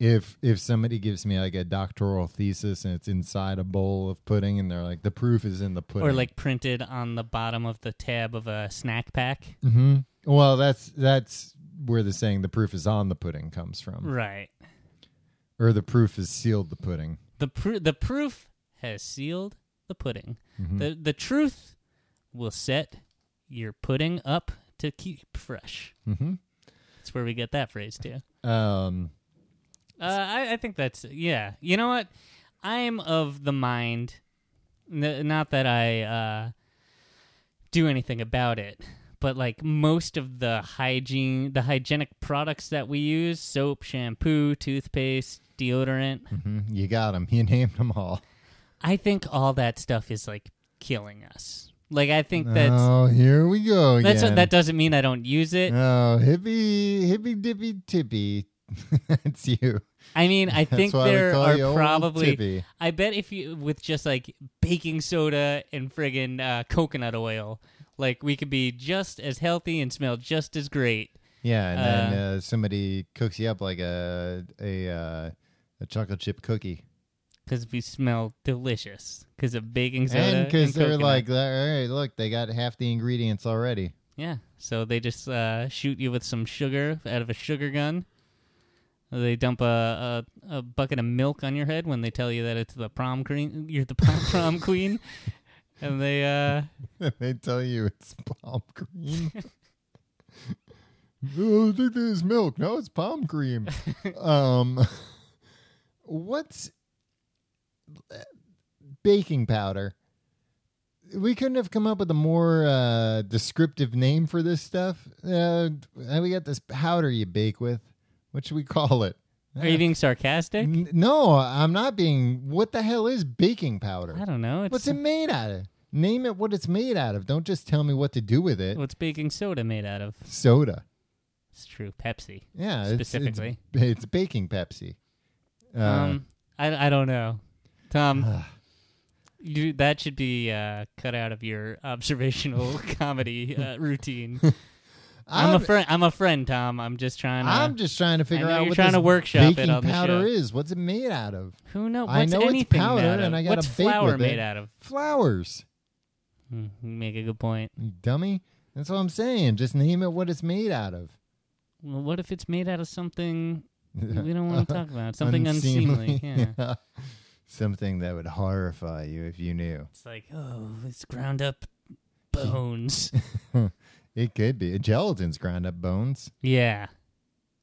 B: if if somebody gives me like a doctoral thesis and it's inside a bowl of pudding and they're like the proof is in the pudding
A: or like printed on the bottom of the tab of a snack pack.
B: hmm well that's that's where the saying the proof is on the pudding comes from
A: Right.
B: or the proof is sealed the pudding
A: The pr- the proof has sealed the pudding.
B: Mhm.
A: The the truth will set your pudding up to keep fresh.
B: hmm
A: That's where we get that phrase too.
B: um
A: Uh, I, I think that's yeah. You know what? I am of the mind, n- not that I uh, do anything about it, but like most of the hygiene, the hygienic products that we use soap, shampoo, toothpaste, deodorant
B: mhm, you got them you named them all
A: I think all that stuff is like killing us. Like I think that's
B: oh here we go again.
A: that's that doesn't mean I don't use it.
B: oh hippy hippy dippy tippy that's you
A: I mean, I think
B: why we
A: there
B: call you
A: are
B: old
A: probably
B: Tippy.
A: I bet if you with just like baking soda and friggin' uh, coconut oil, like we could be just as healthy and smell just as great.
B: Yeah, and then uh, somebody cooks you up like a a uh, a chocolate chip cookie,
A: Because we smell delicious. Because of baking soda.
B: and because they're
A: coconut.
B: like, all right, look, they got half the ingredients already.
A: Yeah. So they just uh, shoot you with some sugar out of a sugar gun. They dump a, a a bucket of milk on your head when they tell you that it's the prom queen. You're the prom, prom queen, and they uh,
B: they tell you it's palm cream. oh, I think there's milk. No, it's palm cream. um, what's baking powder? We couldn't have come up with a more uh, descriptive name for this stuff. Uh, we got this powder you bake with. What should we call it? Uh,
A: are you being sarcastic?
B: N- no, I'm not being. What the hell is baking powder?
A: I don't know. It's
B: What's it made out of? Name it what it's made out of. Don't just tell me what to do with it.
A: what's baking soda made out of?
B: Soda.
A: It's true. Pepsi.
B: Yeah, Uh, it's- it's-
A: Specifically.
B: it's, baking Pepsi. Uh, Uh-huh.
A: um, I I don't know, Tom. you that should be uh, cut out of your observational comedy uh, routine. I'm, a
B: I'm,
A: friend. I'm a friend, Tom. I'm just trying to.
B: I'm just trying to figure
A: know
B: out
A: you're
B: what
A: trying
B: this
A: to workshop it
B: baking
A: on the
B: powder
A: show.
B: is. What's it made out of?
A: who knows?
B: I
A: What's
B: know it's
A: anything
B: powder
A: made out of?
B: and I gotta
A: What's
B: bake
A: flour
B: with
A: made
B: it.
A: out of?
B: Flowers.
A: Hmm, you make a good point.
B: You dummy. That's what I'm saying. Just name it what it's made out of.
A: Well, what if it's made out of something we don't want to talk about? Something unseemly. Yeah.
B: Yeah. Something that would horrify you if you knew.
A: It's like, oh, it's ground up bones.
B: It could be. Gelatin's ground up bones.
A: yeah.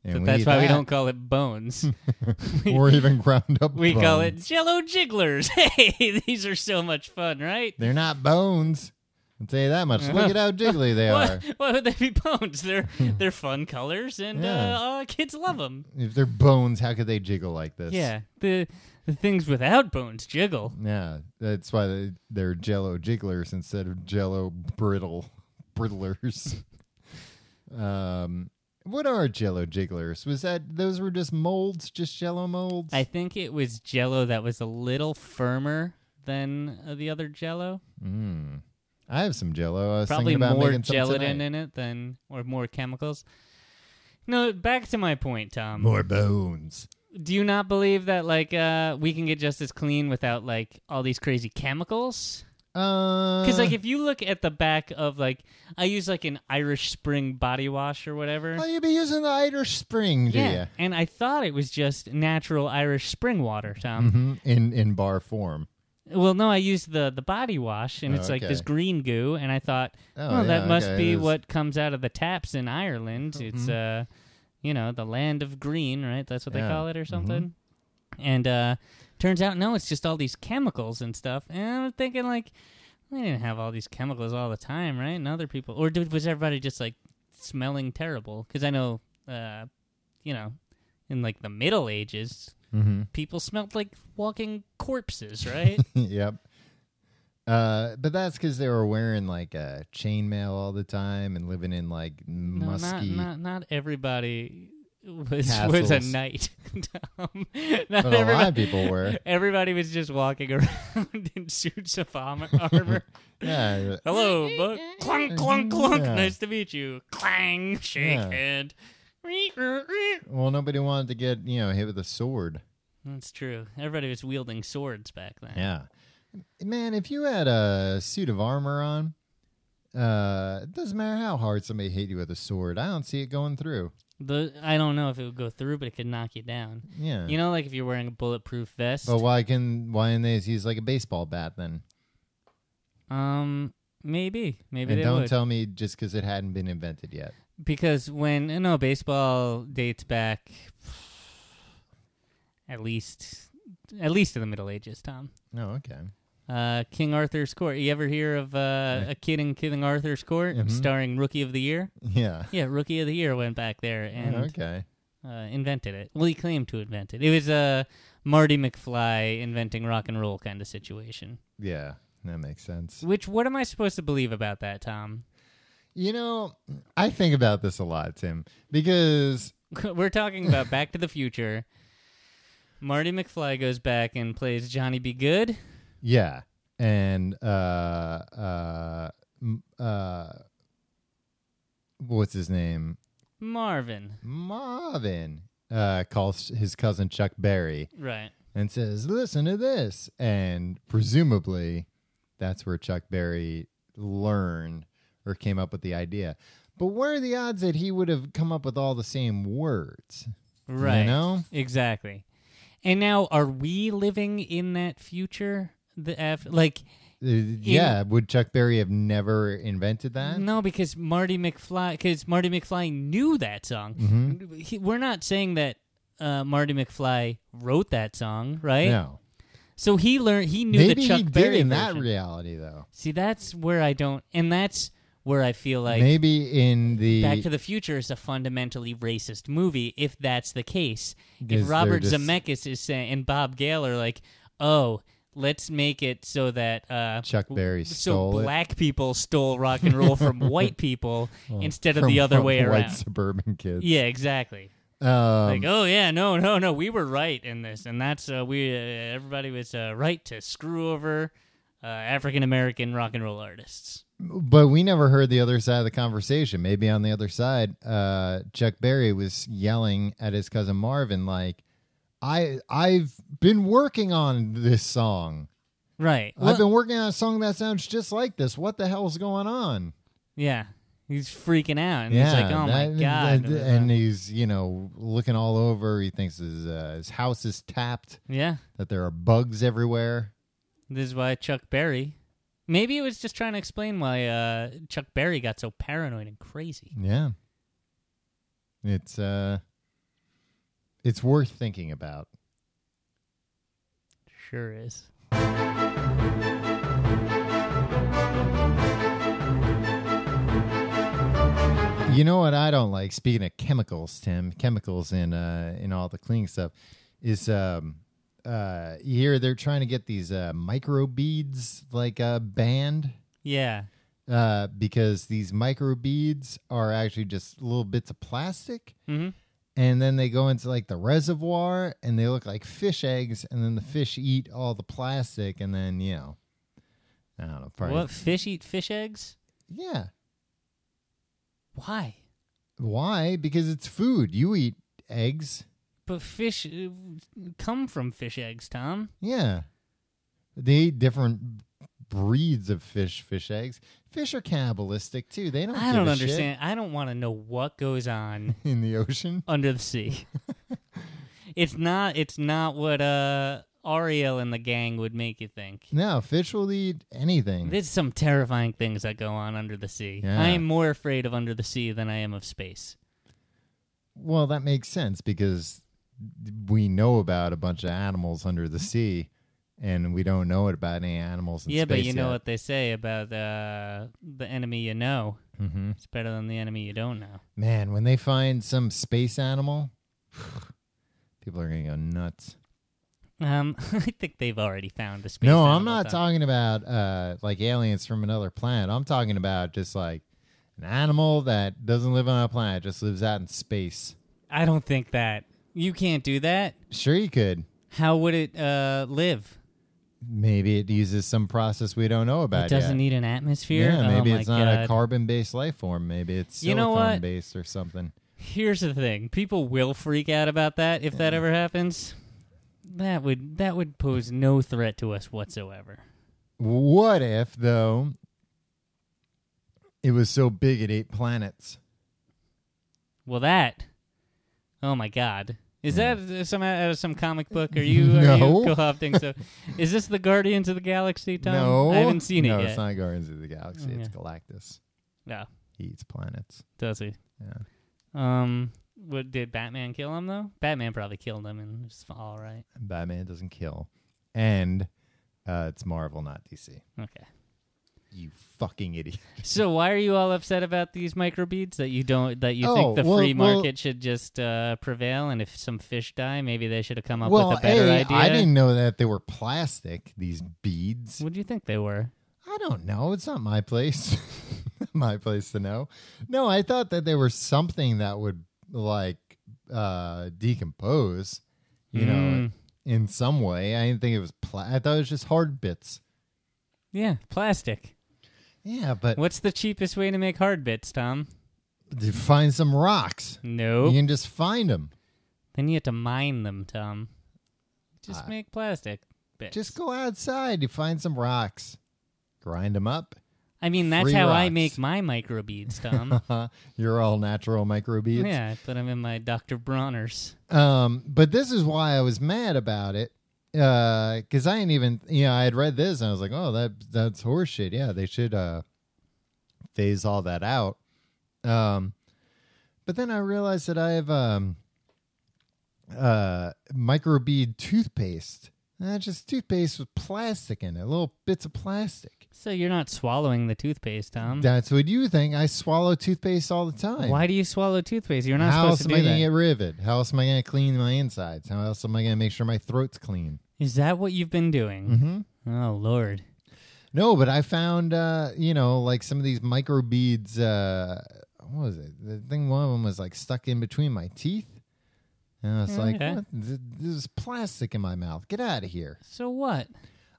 B: And
A: But
B: we
A: that's
B: eat
A: why we
B: that.
A: don't call it bones.
B: or even ground up.
A: We
B: bones.
A: call it jello jigglers. Hey, these are so much fun, right?
B: They're not bones. I'll tell you that much. Look at how jiggly they are.
A: Why, why would they be bones? They're they're fun colors, and
B: Yeah.
A: uh, uh, kids love them.
B: If they're bones, how could they jiggle like this?
A: Yeah, the the things without bones jiggle.
B: Yeah. That's why they- they're jello jigglers instead of jello brittle brittlers. um what are jello jigglers? Was that those were just molds, just jello molds?
A: I think it was Jello that was a little firmer than uh, the other Jello.
B: Mm. I have some jello. I was
A: Probably
B: thinking about
A: more
B: making some
A: gelatin
B: tonight.
A: in it than or more chemicals. No, back to my point, Tom.
B: more bones.
A: Do you not believe that like uh, we can get just as clean without like all these crazy chemicals?
B: Uh,
A: Because like if you look at the back of like I use like an Irish Spring body wash or whatever.
B: well, you'd be using the Irish Spring, Oh, do
A: yeah,
B: ya?
A: and I thought it was just natural Irish spring water, Tom.
B: Mhm. In in bar form.
A: Well, no, I used the the body wash, and
B: Oh,
A: it's like this
B: Hmm. okay.
A: green goo, and I thought,
B: Oh,
A: oh,
B: yeah,
A: that must
B: okay, Mm-hmm.
A: be
B: it is.
A: what comes out of the taps in Ireland. It's uh, you know, the land of green, right? That's what
B: Yeah. Mm-hmm.
A: they call it, or something. And uh, turns out, no, it's just all these chemicals and stuff. And I'm thinking, like, we didn't have all these chemicals all the time, right? And other people, or did, was everybody just like smelling terrible? Because I know, uh, you know, in like the Middle Ages,
B: Mm-hmm.
A: people smelled like walking corpses, right?
B: yep. Uh, but that's because they were wearing like uh, chainmail all the time and living in like
A: No,
B: musky.
A: Not, not, not everybody was was a
B: Castles.
A: knight. Tom.
B: but
A: not
B: a lot
A: everybody.
B: of people were.
A: Everybody was just walking around in suits of armor. armor.
B: Yeah, uh,
A: Hello, but clunk, clunk, clunk.
B: Yeah.
A: Nice to meet you. Clang, shake
B: Yeah.
A: hand.
B: well, nobody wanted to get you know hit with a sword.
A: That's true. Everybody was wielding swords back then.
B: Yeah, man, if you had a suit of armor on, uh, it doesn't matter how hard somebody hit you with a sword. I don't see it going through.
A: The I don't know if it would go through, but it could knock you down.
B: Yeah,
A: You know, like if you're wearing a bulletproof vest.
B: But why can why didn't they use like a baseball bat then?
A: Um, maybe, maybe
B: and
A: they
B: don't
A: would.
B: tell me just because it hadn't been invented yet.
A: because when no baseball dates back at least at least to the middle ages tom
B: No, okay.
A: uh, king arthur's court you ever hear of uh, a kid in king arthur's court
B: Mhm.
A: starring rookie of the year
B: Yeah.
A: yeah rookie of the year went back there and
B: okay.
A: uh, invented it well he claimed to invent it it was a marty mcfly inventing rock and roll kind of situation
B: Yeah, that makes sense.
A: which what am i supposed to believe about that tom
B: You know, I think about this a lot, Tim, because
A: We're talking about Back to the Future. Marty McFly goes back and plays Johnny Be Good.
B: yeah, and uh, uh, m- uh, what's his name?
A: Marvin.
B: Marvin uh, calls his cousin Chuck Berry
A: Right.
B: and says, "Listen to this," and presumably that's where Chuck Berry learned or came up with the idea. But what are the odds that he would have come up with all the same words?
A: Right.
B: know?
A: Exactly. And now, are we living in that future? The F, like,
B: Uh, yeah, would Chuck Berry have never invented that?
A: no, because Marty McFly, because Marty McFly knew that song.
B: Mm-hmm.
A: He, we're not saying that uh, Marty McFly wrote that song, right?
B: No.
A: So he learned, he knew
B: Maybe
A: the Chuck
B: he did
A: Berry
B: in that
A: version.
B: reality though.
A: See, that's where I don't, and that's where I feel like
B: Maybe in the
A: Back to the Future is a fundamentally racist movie. If that's the case,
B: Is
A: if
B: there
A: Robert
B: just-
A: Zemeckis is saying and Bob Gale are like, oh, let's make it so that uh,
B: Chuck Berry
A: so
B: stole it
A: black people stole rock and roll from white people instead of
B: Oh, from-
A: the other
B: from
A: way
B: white
A: around.
B: suburban kids.
A: Yeah, exactly.
B: Um,
A: Like, oh yeah, no, no, no, we were right in this, and that's uh, we uh, everybody was uh, right to screw over uh, African American rock and roll artists.
B: but we never heard the other side of the conversation. Maybe on the other side, uh, Chuck Berry was yelling at his cousin Marvin, like, "I I've been working on this song.
A: Right.
B: I've been working on a song that sounds just like this. What the hell's going on?"
A: Yeah. He's freaking out. And
B: yeah,
A: he's like, oh
B: that-
A: my God.
B: that- and he's you know looking all over. He thinks his uh, his house is tapped.
A: yeah.
B: That there are bugs everywhere.
A: This is why Chuck Berry. Maybe it was just trying to explain why uh, Chuck Berry got so paranoid and crazy.
B: Yeah, it's uh, it's worth thinking about.
A: Sure is.
B: You know what I don't like? Speaking of chemicals, Tim, chemicals in uh in all the cleaning stuff is um uh you hear they're trying to get these uh micro beads like uh banned
A: Yeah.
B: uh because these micro beads are actually just little bits of plastic
A: Mhm.
B: and then they go into like the reservoir and they look like fish eggs and then the fish eat all the plastic and then you know I don't know probably
A: What? Fish eat fish eggs?
B: yeah
A: Why?
B: why because it's food you eat eggs
A: But fish uh, come from fish eggs, Tom.
B: Yeah. They eat different breeds of fish, fish eggs. Fish are cannibalistic too. They don't
A: I
B: give
A: don't
B: a shit
A: understand. I don't want to know what goes on
B: in the ocean.
A: under the sea. it's not. It's not what uh, Ariel and the gang would make you think.
B: No, fish will eat anything.
A: There's some terrifying things that go on under the sea.
B: Yeah.
A: I am more afraid of under the sea than I am of space.
B: well, that makes sense because we know about a bunch of animals under
A: Mm-hmm.
B: the sea and we don't know about any animals in
A: yeah,
B: space.
A: but you know what they say about uh, the enemy you know.
B: hmm
A: It's better than the enemy you don't know.
B: Man, when they find some space animal, people are going to go nuts.
A: Um, I think they've already found a space.
B: No, I'm
A: animal,
B: not
A: Tom.
B: talking about uh, like aliens from another planet. I'm talking about just like an animal that doesn't live on a planet, just lives out in space.
A: I don't think that you can't do that.
B: Sure, you could.
A: How would it uh, live?
B: Maybe it uses some process we don't know about.
A: It doesn't
B: yet.
A: need an atmosphere.
B: Yeah, maybe
A: oh my
B: it's not
A: God.
B: a carbon-based life form. Maybe it's
A: You know what?
B: silicon-based or something.
A: Here's the thing: people will freak out about that if that ever happens. That would that would pose no threat to us whatsoever.
B: What if though? It was so big it ate planets.
A: Well, that. Oh my God! Is that uh, some out of some comic book? Are you are
B: Hmm. No.
A: you co-opting? So, is this the Guardians of the Galaxy? Tom,
B: no,
A: I haven't seen
B: No,
A: it
B: it's
A: yet. Mm-hmm.
B: not Guardians of the Galaxy. It's
A: Yeah.
B: Galactus.
A: No,
B: He eats planets.
A: does he?
B: Yeah.
A: Um, what did Batman kill him though? Batman probably killed him, and it's all right.
B: Batman doesn't kill, and uh, it's Marvel, not DC.
A: Okay.
B: You fucking idiot!
A: So why are you all upset about these microbeads that you don't that you
B: Oh,
A: think the
B: well-
A: free
B: well-
A: market should just uh, prevail? And if some fish die, maybe they should have come up
B: well,
A: with a better
B: A,
A: idea.
B: I didn't know that they were plastic. These beads.
A: What do you think they were?
B: I don't know. It's not my place. my place to know. No, I thought that they were something that would like uh, decompose. You know,
A: Mm.
B: in some way. I didn't think it was. Pla- I thought it was just hard bits.
A: Yeah, plastic.
B: Yeah, but
A: What's the cheapest way to make hard bits, Tom?
B: find some rocks.
A: No.
B: You can just find them.
A: Then you have to mine them, Tom. Just
B: Uh,
A: make plastic bits.
B: Just go outside. You find some rocks, grind them up.
A: I mean, that's
B: Free
A: how I
B: rocks.
A: make my microbeads, Tom.
B: You're all natural microbeads.
A: yeah, I put them in my Dr. Bronner's.
B: Um, but this is why I was mad about it. Uh, cause I ain't even, you know, I had read this and I was like, oh, that that's horseshit. Yeah, they should uh phase all that out. Um, but then I realized that I have um uh microbead toothpaste. And that's just toothpaste with plastic in it, little bits of plastic.
A: So you're not swallowing the toothpaste, Tom.
B: That's what you think. I swallow toothpaste all the time.
A: Mm-hmm. Why do you swallow toothpaste? You're not
B: How else
A: supposed to do
B: am I
A: that.
B: gonna get rid of it? How else am I gonna clean my insides? How else am I gonna make sure my throat's clean?
A: Is that what you've been doing?
B: Mm-hmm.
A: Oh, Lord.
B: No, but I found uh, you know like some of these micro beads. Uh, what was it? The thing one of them was like stuck in between my teeth, and I was like,
A: Okay.
B: what? Th- "There's plastic in my mouth. Get out of here.
A: So what?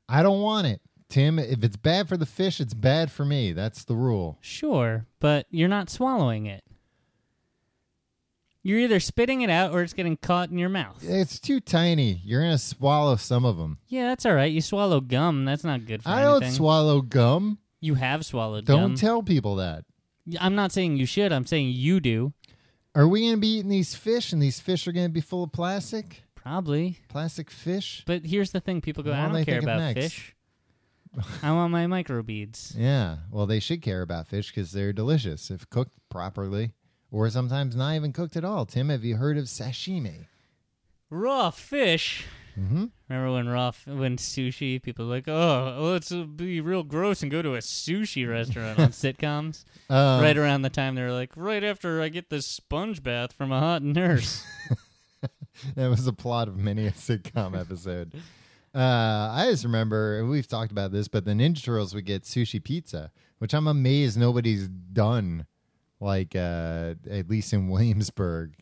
B: I don't want it." Tim, if it's bad for the fish, it's bad for me. That's the rule.
A: Sure, but you're not swallowing it. You're either spitting it out or it's getting caught in your mouth.
B: It's too tiny. You're gonna swallow some of them.
A: Yeah, that's all right. You swallow gum. That's not good for
B: I
A: anything.
B: don't swallow gum.
A: you have swallowed
B: Don't
A: gum.
B: tell people that.
A: I'm not saying you should. I'm saying you do.
B: Are we going to be eating these fish and these fish are going to be full of plastic?
A: Probably.
B: Plastic fish?
A: But here's the thing people go,
B: What
A: I
B: do
A: don't
B: they
A: care
B: think of
A: about
B: next?
A: fish. I want my microbeads.
B: Yeah. Well, they should care about fish because they're delicious if cooked properly or sometimes not even cooked at all. Tim, have you heard of sashimi?
A: Raw fish.
B: Mm-hmm.
A: Remember when raw f- when sushi people were like, oh, let's uh, be real gross and go to a sushi restaurant on sitcoms.
B: Um,
A: right around the time they were like, right after I get this sponge bath from a hot nurse.
B: That was the plot of many a sitcom episode. Uh, I just remember and we've talked about this, but the Ninja Turtles would get sushi pizza, which I'm amazed nobody's done. Like uh, at least in Williamsburg,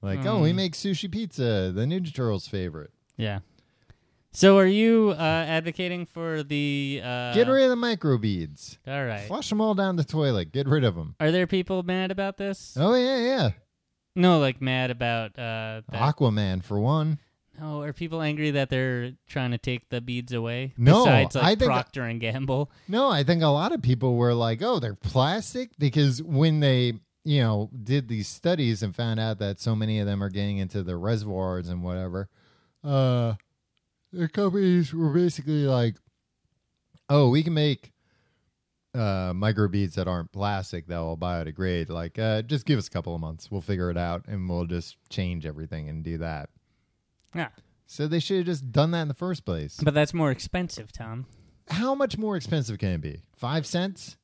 B: like oh,
A: Hmm.
B: we make sushi pizza, the Ninja Turtles' favorite.
A: yeah. So are you uh, advocating for the uh,
B: Get rid of the microbeads.
A: All right.
B: Flush them all down the toilet. Get rid of them.
A: Are there people mad about this?
B: Oh yeah, yeah.
A: No, like mad about uh, that.
B: Aquaman for one.
A: No, are people angry that they're trying to take the beads away?
B: No,
A: besides like
B: I think-
A: Procter and Gamble.
B: No, I think a lot of people were like, "Oh, they're plastic," because when they, you know, did these studies and found out that so many of them are getting into the reservoirs and whatever, uh, the companies were basically like, "Oh, we can make uh, microbeads that aren't plastic that will biodegrade. Like, uh, just give us a couple of months, we'll figure it out, and we'll just change everything and do that."
A: Yeah,
B: So they should have just done that in the first place.
A: but that's more expensive, Tom.
B: How much more expensive can it be? Five cents?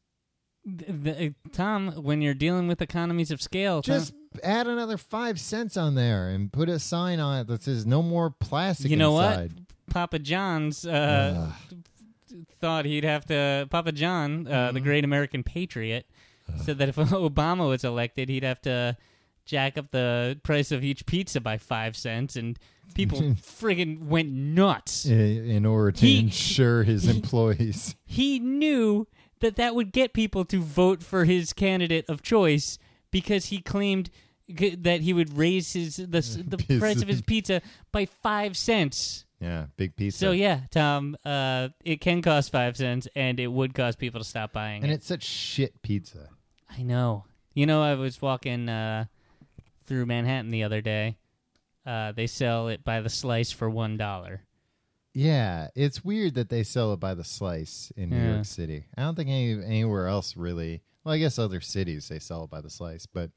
A: Th- th- uh, Tom, when you're dealing with economies of scale, Tom-
B: Just add another five cents on there and put a sign on it that says no more plastic.
A: you know
B: inside.
A: what? Papa John's uh, thought he'd have to. Papa John, uh, the
B: Mm-hmm.
A: great American patriot,
B: Uh.
A: said that if Obama was elected, he'd have to jack up the price of each pizza by five cents, and people friggin' went nuts.
B: I- In order to
A: He-
B: ensure his employees.
A: he knew that that would get people to vote for his candidate of choice because he claimed g- that he would raise his the, s- the
B: Pizza.
A: price of his pizza by five cents.
B: Yeah, big pizza.
A: So yeah, Tom, uh, it can cost five cents, and it would cause people to stop buying
B: And
A: it.
B: it's such shit pizza.
A: I know. You know, I was walking uh, through Manhattan the other day. Uh, they sell it by the slice for one dollar.
B: Yeah, it's weird that they sell it by the slice in New
A: Yeah.
B: York City. I don't think any, anywhere else really. Well, I guess other cities they sell it by the slice, but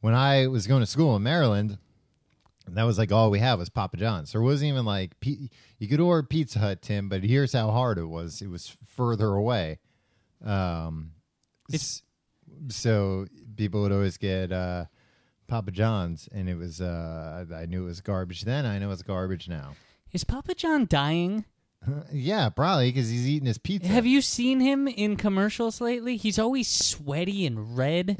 B: when I was going to school in Maryland, that was like all we had was Papa John's. There wasn't even like pi- you could order Pizza Hut, Tim, but here's how hard it was. It was further away. Um,
A: It's-
B: s- so people would always get uh, Papa John's, and it was uh, I I knew it was garbage then. I know it's garbage now.
A: Is Papa John dying?
B: Yeah, probably because he's eating his pizza.
A: Have you seen him in commercials lately? He's always sweaty and red,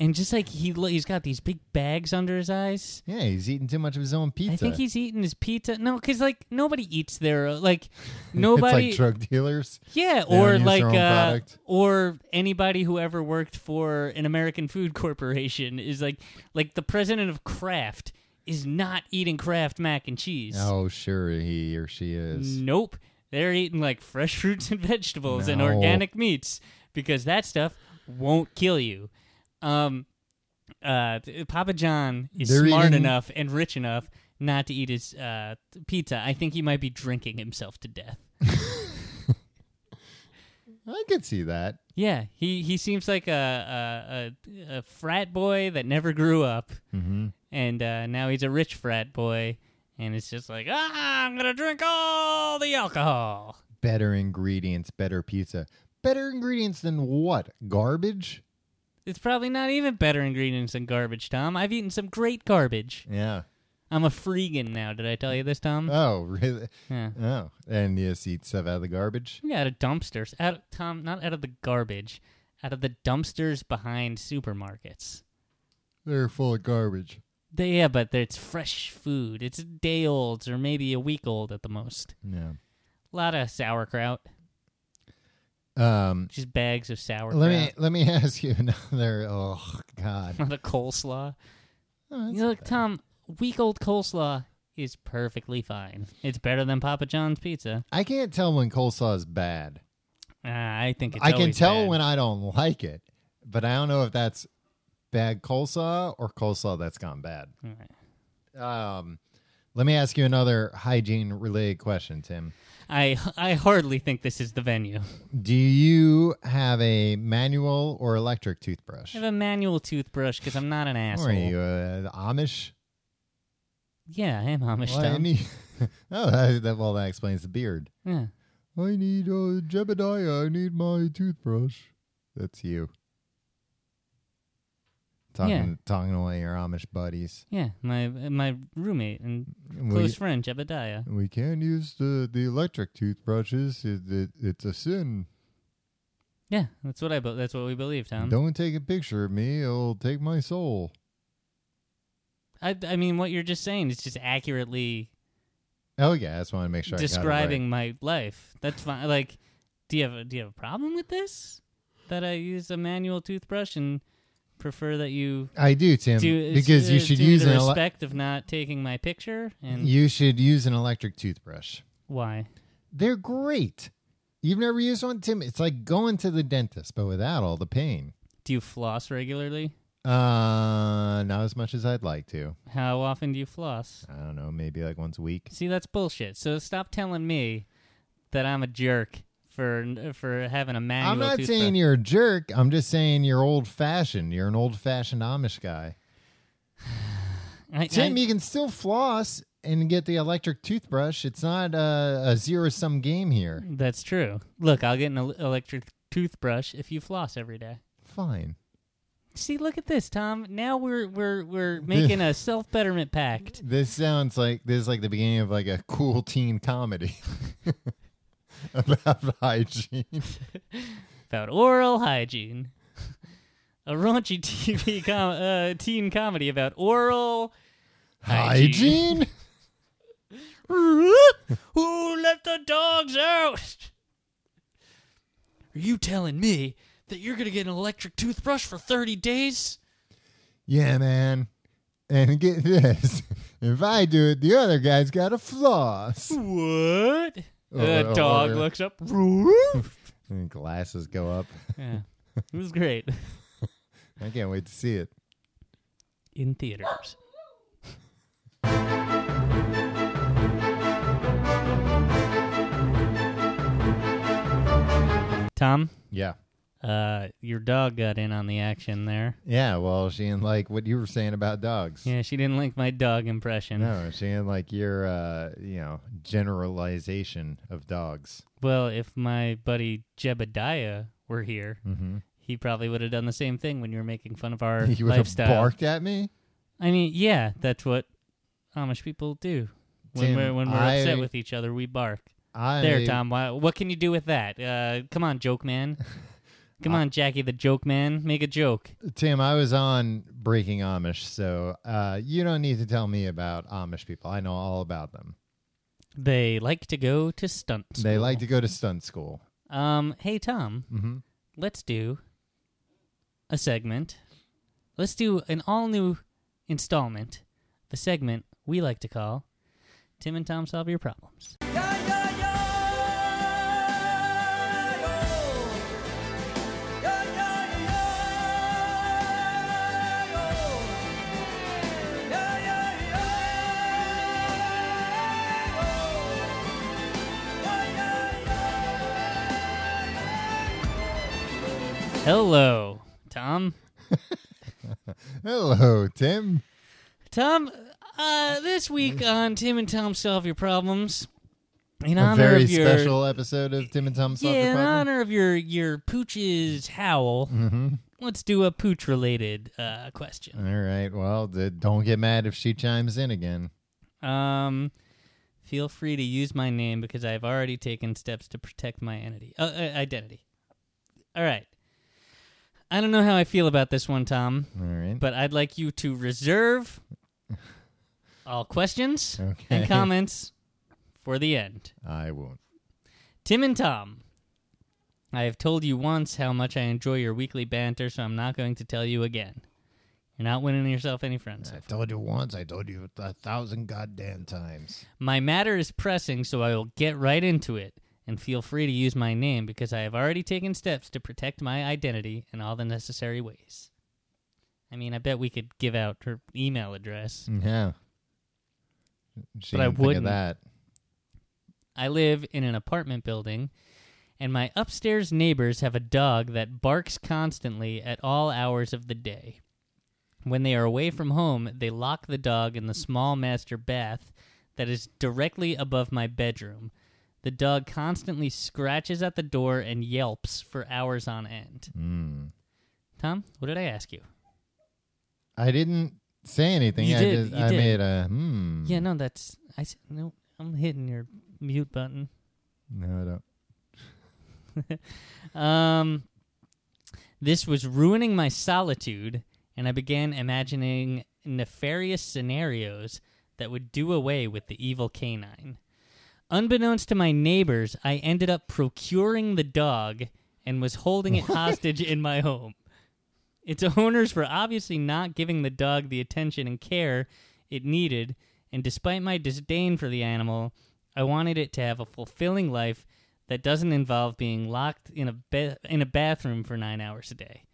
A: and just like he lo- he's got these big bags under his eyes.
B: yeah, he's eating too much of his own pizza.
A: I think
B: he's
A: he's eating his pizza. No, because like nobody eats their uh, like nobody.
B: it's like drug dealers.
A: yeah,
B: They
A: or
B: don't use
A: like
B: their own
A: uh,
B: product.
A: or anybody who ever worked for an American food corporation is like like the president of Kraft is not eating Kraft mac and cheese. Mm.
B: Oh, sure, he or she is.
A: Nope. They're eating like fresh fruits and vegetables and
B: No.
A: organic meats because that stuff won't kill you. Um, uh, th- Papa John is
B: They're
A: smart
B: eating-
A: enough and rich enough not to eat his uh, pizza. I think he might be drinking himself to death.
B: I could see that.
A: Yeah, he, he seems like a, a, a, a frat boy that never grew up,
B: Mm-hmm.
A: and uh, now he's a rich frat boy, and it's just like, ah, I'm gonna drink all the alcohol.
B: Better ingredients, better pizza. Better ingredients than what? Garbage?
A: It's probably not even better ingredients than garbage, Tom. I've eaten some great garbage.
B: Yeah.
A: I'm a freegan now. Did I tell you this, Tom?
B: Oh, really?
A: yeah.
B: Oh, and you just eat stuff out of the garbage?
A: Yeah, out of dumpsters. Out, Tom, not out of the garbage, out of the dumpsters behind supermarkets.
B: They're full of garbage.
A: They, yeah, but it's fresh food. It's day olds or maybe a week old at the most.
B: Yeah.
A: A lot of sauerkraut,
B: Um,
A: just bags of sauerkraut.
B: let me let me ask you another. Oh God.
A: a lot of coleslaw.
B: Oh, that's
A: You know, look,
B: bad.
A: Tom, week old coleslaw is perfectly fine. It's better than Papa John's pizza.
B: I can't tell when coleslaw is bad.
A: Uh, I think it's
B: I can
A: always
B: tell
A: bad.
B: when I don't like it, but I don't know if that's bad coleslaw or coleslaw that's gone bad.
A: All right.
B: Um, let me ask you another hygiene related question, Tim.
A: I I hardly think this is the venue.
B: Do you have a manual or electric toothbrush?
A: I have a manual toothbrush because I'm not an
B: Or
A: asshole.
B: are you uh, Amish?
A: Yeah, I am Amish.
B: Well, I
A: Tom.
B: need- oh, that, that, well, that explains the beard.
A: Yeah.
B: I need uh, Jebediah. I need my toothbrush. That's you. Talking,
A: Yeah.
B: talking away your Amish buddies.
A: Yeah, my my roommate and
B: We,
A: close friend Jebediah.
B: we can't use the, the electric toothbrushes. It, it, it's a sin.
A: Yeah, that's what I. be- That's what we believe, Tom.
B: Don't take a picture of me. It'll take my soul.
A: I. I mean, what you're just saying is just accurately
B: Oh yeah, I just want to make sure.
A: describing my life. That's fine. Like, do you have a, do you have a problem with this? That I use a manual toothbrush and prefer that you
B: I, got it right. I do, Tim,
A: do
B: because you
A: uh,
B: should
A: do
B: use
A: the
B: an ele-
A: respect of not taking my picture and
B: you should use an electric toothbrush.
A: why.
B: They're great. You've never used one, Tim. It's like going to the dentist, but without all the pain.
A: Do you floss regularly?
B: Uh, not as much as I'd like to.
A: How often do you floss?
B: I don't know, maybe like once a week.
A: See, that's bullshit. So stop telling me that I'm a jerk for for having a manual.
B: I'm not
A: toothbrush.
B: saying you're a jerk. I'm just saying you're old fashioned. You're an old fashioned Amish guy.
A: I,
B: Tim,
A: I,
B: you can still floss and get the electric toothbrush. It's not uh, a zero sum game here.
A: that's true. Look, I'll get an el- electric toothbrush if you floss every day.
B: Fine.
A: See, look at this, Tom. Now we're we're we're making a self betterment pact.
B: This sounds like this is like the beginning of like a cool teen comedy about hygiene.
A: about oral hygiene. A raunchy TV com- uh, teen comedy about oral. Hygiene.
B: Hygiene?
A: Who let the dogs out? Are you telling me that you're going to get an electric toothbrush for 30 days?
B: yeah, man. And get this. If I do it, the other guy's got a floss.
A: What?
B: Or-
A: the dog
B: or-
A: looks up.
B: And glasses go up.
A: yeah. It was great.
B: I can't wait to see it.
A: In theaters. Tom,
B: Yeah.
A: uh, your dog got in on the action there.
B: Yeah, well, she didn't like what you were saying about dogs.
A: Yeah, she didn't like my dog impression.
B: No, she didn't like your, uh, you know, generalization of dogs.
A: Well, if my buddy Jebediah were here,
B: Mm-hmm.
A: he probably would have done the same thing when you were making fun of our
B: He would have
A: lifestyle.
B: barked at me.
A: I mean, yeah, that's what Amish people do. When
B: Tim,
A: we're when we're
B: I-
A: upset with each other, we bark.
B: I,
A: there, Tom. Why, what can you do with that? Uh, come on, joke man. Come on, Jackie the joke man. Make a joke.
B: Tim, I was on Breaking Amish, so uh, you don't need to tell me about Amish people. I know all about them.
A: They like to go to stunt.
B: They
A: school.
B: like to go to stunt school.
A: Um. Hey, Tom.
B: hmm
A: let's do a segment. Let's do an all new installment, the segment we like to call Tim and Tom Solve Your Problems.
C: Yeah, yeah, yeah.
A: Hello, Tom.
B: Hello, Tim.
A: Tom, uh, this week on Tim and Tom Solve Your Problems, in
B: A
A: honor
B: very
A: of your
B: special episode of Tim and Tom Solve
A: yeah,
B: Your
A: in
B: Problem.
A: honor of your your pooch's howl, let's do a pooch related uh, question.
B: Mm-hmm. All right. Well, d- don't get mad if she chimes in again.
A: Um, feel free to use my name because I've already taken steps to protect my entity, uh, uh, identity. All right. I don't know how I feel about this one, Tom,
B: All right.
A: but I'd like you to reserve all questions
B: Okay.
A: and comments for the end.
B: I won't.
A: Tim and Tom, I have told you once how much I enjoy your weekly banter, so I'm not going to tell you again. You're not winning yourself any friends.
B: I told you once. I told you a thousand goddamn times.
A: My matter is pressing, so I will get right into it. And feel free to use my name because I have already taken steps to protect my identity in all the necessary ways. I mean, I bet we could give out her email address.
B: Yeah. She
A: But I
B: didn't think of
A: wouldn't.
B: that.
A: I live in an apartment building, and my upstairs neighbors have a dog that barks constantly at all hours of the day. When they are away from home, they lock the dog in the small master bath that is directly above my bedroom. The dog constantly scratches at the door and yelps for hours on end.
B: Mm.
A: Tom, what did I ask you?
B: I didn't say anything.
A: You
B: I
A: did,
B: just
A: you
B: I
A: did.
B: made a hmm.
A: Yeah, no, that's I s- no, I'm hitting your mute button.
B: No, I don't.
A: Um, this was ruining my solitude, and I began imagining nefarious scenarios that would do away with the evil canine. Unbeknownst to my neighbors, I ended up procuring the dog and was holding it hostage in my home. Its owners were obviously not giving the dog the attention and care it needed, and despite my disdain for the animal, I wanted it to have a fulfilling life that doesn't involve being locked in a ba- in a bathroom for 9 hours a day.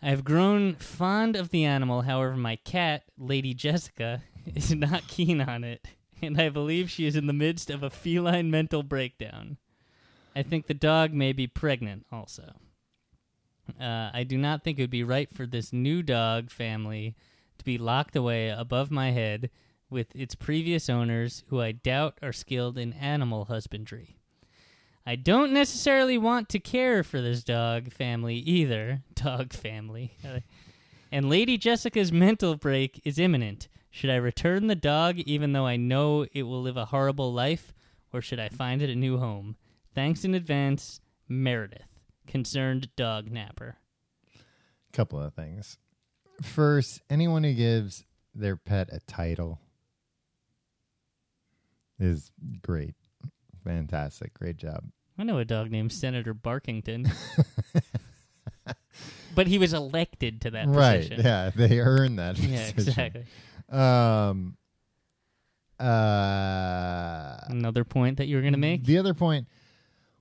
A: I have grown fond of the animal, however, my cat, Lady Jessica, is not keen on it, and I believe she is in the midst of a feline mental breakdown. I think the dog may be pregnant also. Uh, I do not think it would be right for this new dog family to be locked away above my head with its previous owners, who I doubt are skilled in animal husbandry. I don't necessarily want to care for this dog family either. Dog family. and Lady Jessica's mental break is imminent. Should I return the dog even though I know it will live a horrible life, or should I find it a new home? Thanks in advance, Meredith, concerned dog napper.
B: Couple of things. First, anyone who gives their pet a title is great. Fantastic. Great job.
A: I know a dog named Senator Barkington. but he was elected to that
B: right.
A: position.
B: Yeah. They earn that.
A: Yeah,
B: position.
A: exactly.
B: Um uh
A: Another point that you were going to make?
B: the other point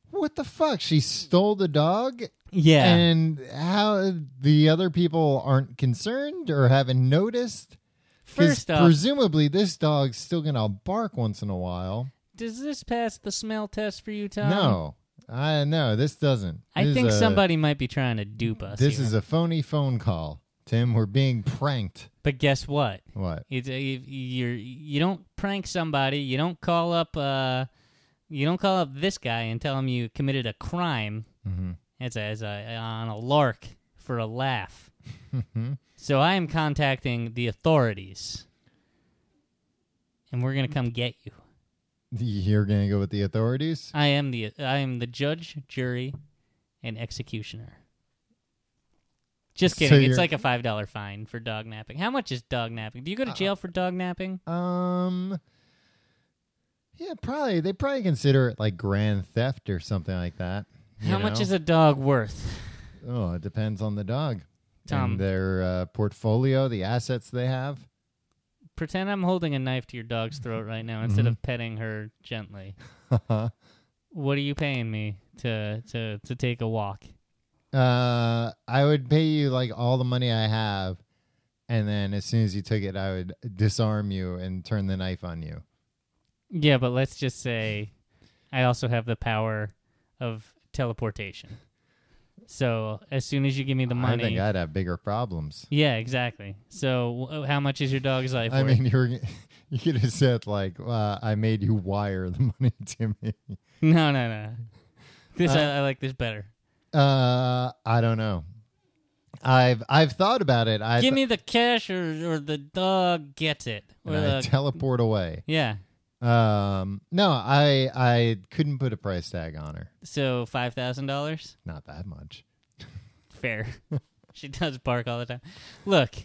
B: what the fuck she stole the dog
A: Yeah.
B: and how the other people aren't concerned or haven't noticed 'Cause
A: First off,
B: presumably this dog's still gonna bark once in a while
A: Does this pass the smell test for you, Tom?
B: no i no this doesn't
A: I
B: This is
A: think
B: a-
A: somebody might be trying to dupe us.
B: this
A: here.
B: is a phony phone call tim we're being pranked
A: but guess what?
B: what
A: It's a, you- you're you don't prank somebody. You don't call up uh, you don't call up this guy and tell him you committed a crime.
B: Mhm.
A: It's a, as a on a lark for a laugh.
B: Mm-hmm.
A: so I am contacting the authorities, and we're gonna come get you.
B: you're gonna go with the authorities
A: I am the I am the judge, jury, and executioner. Just
B: So
A: kidding.
B: you're-
A: it's like a five dollar fine for dog napping. How much is dog napping? Do you go
B: Uh,
A: to jail for dog napping?
B: Um. Yeah, probably they probably consider it like grand theft or something like that. you
A: How much
B: know?
A: is a dog worth?
B: Oh, it depends on the dog,
A: Tom.
B: and their uh, portfolio, the assets they have.
A: Pretend I'm holding a knife to your dog's throat right now instead of
B: Mm-hmm.
A: petting her gently.
B: uh,
A: What are you paying me to to to take a walk?
B: I would pay you like all the money I have, and then as soon as you took it, I would disarm you and turn the knife on you.
A: Yeah, but let's just say I also have the power of teleportation. So as soon as you give me the
B: I
A: money,
B: think I'd have bigger problems.
A: yeah, exactly. So w- how much is your dog's life
B: I
A: worth?
B: mean, you were you could have said like, uh, "I made you wire the money to me."
A: no, no, no. This I, I like this better.
B: Uh, I don't know. I've I've thought about it. I
A: give me the cash, or or the dog gets it. Or
B: and I
A: the,
B: teleport away.
A: yeah.
B: Um, no, I I couldn't put a price tag on her.
A: So five thousand dollars.
B: Not that much.
A: Fair. she does bark all the time. Look,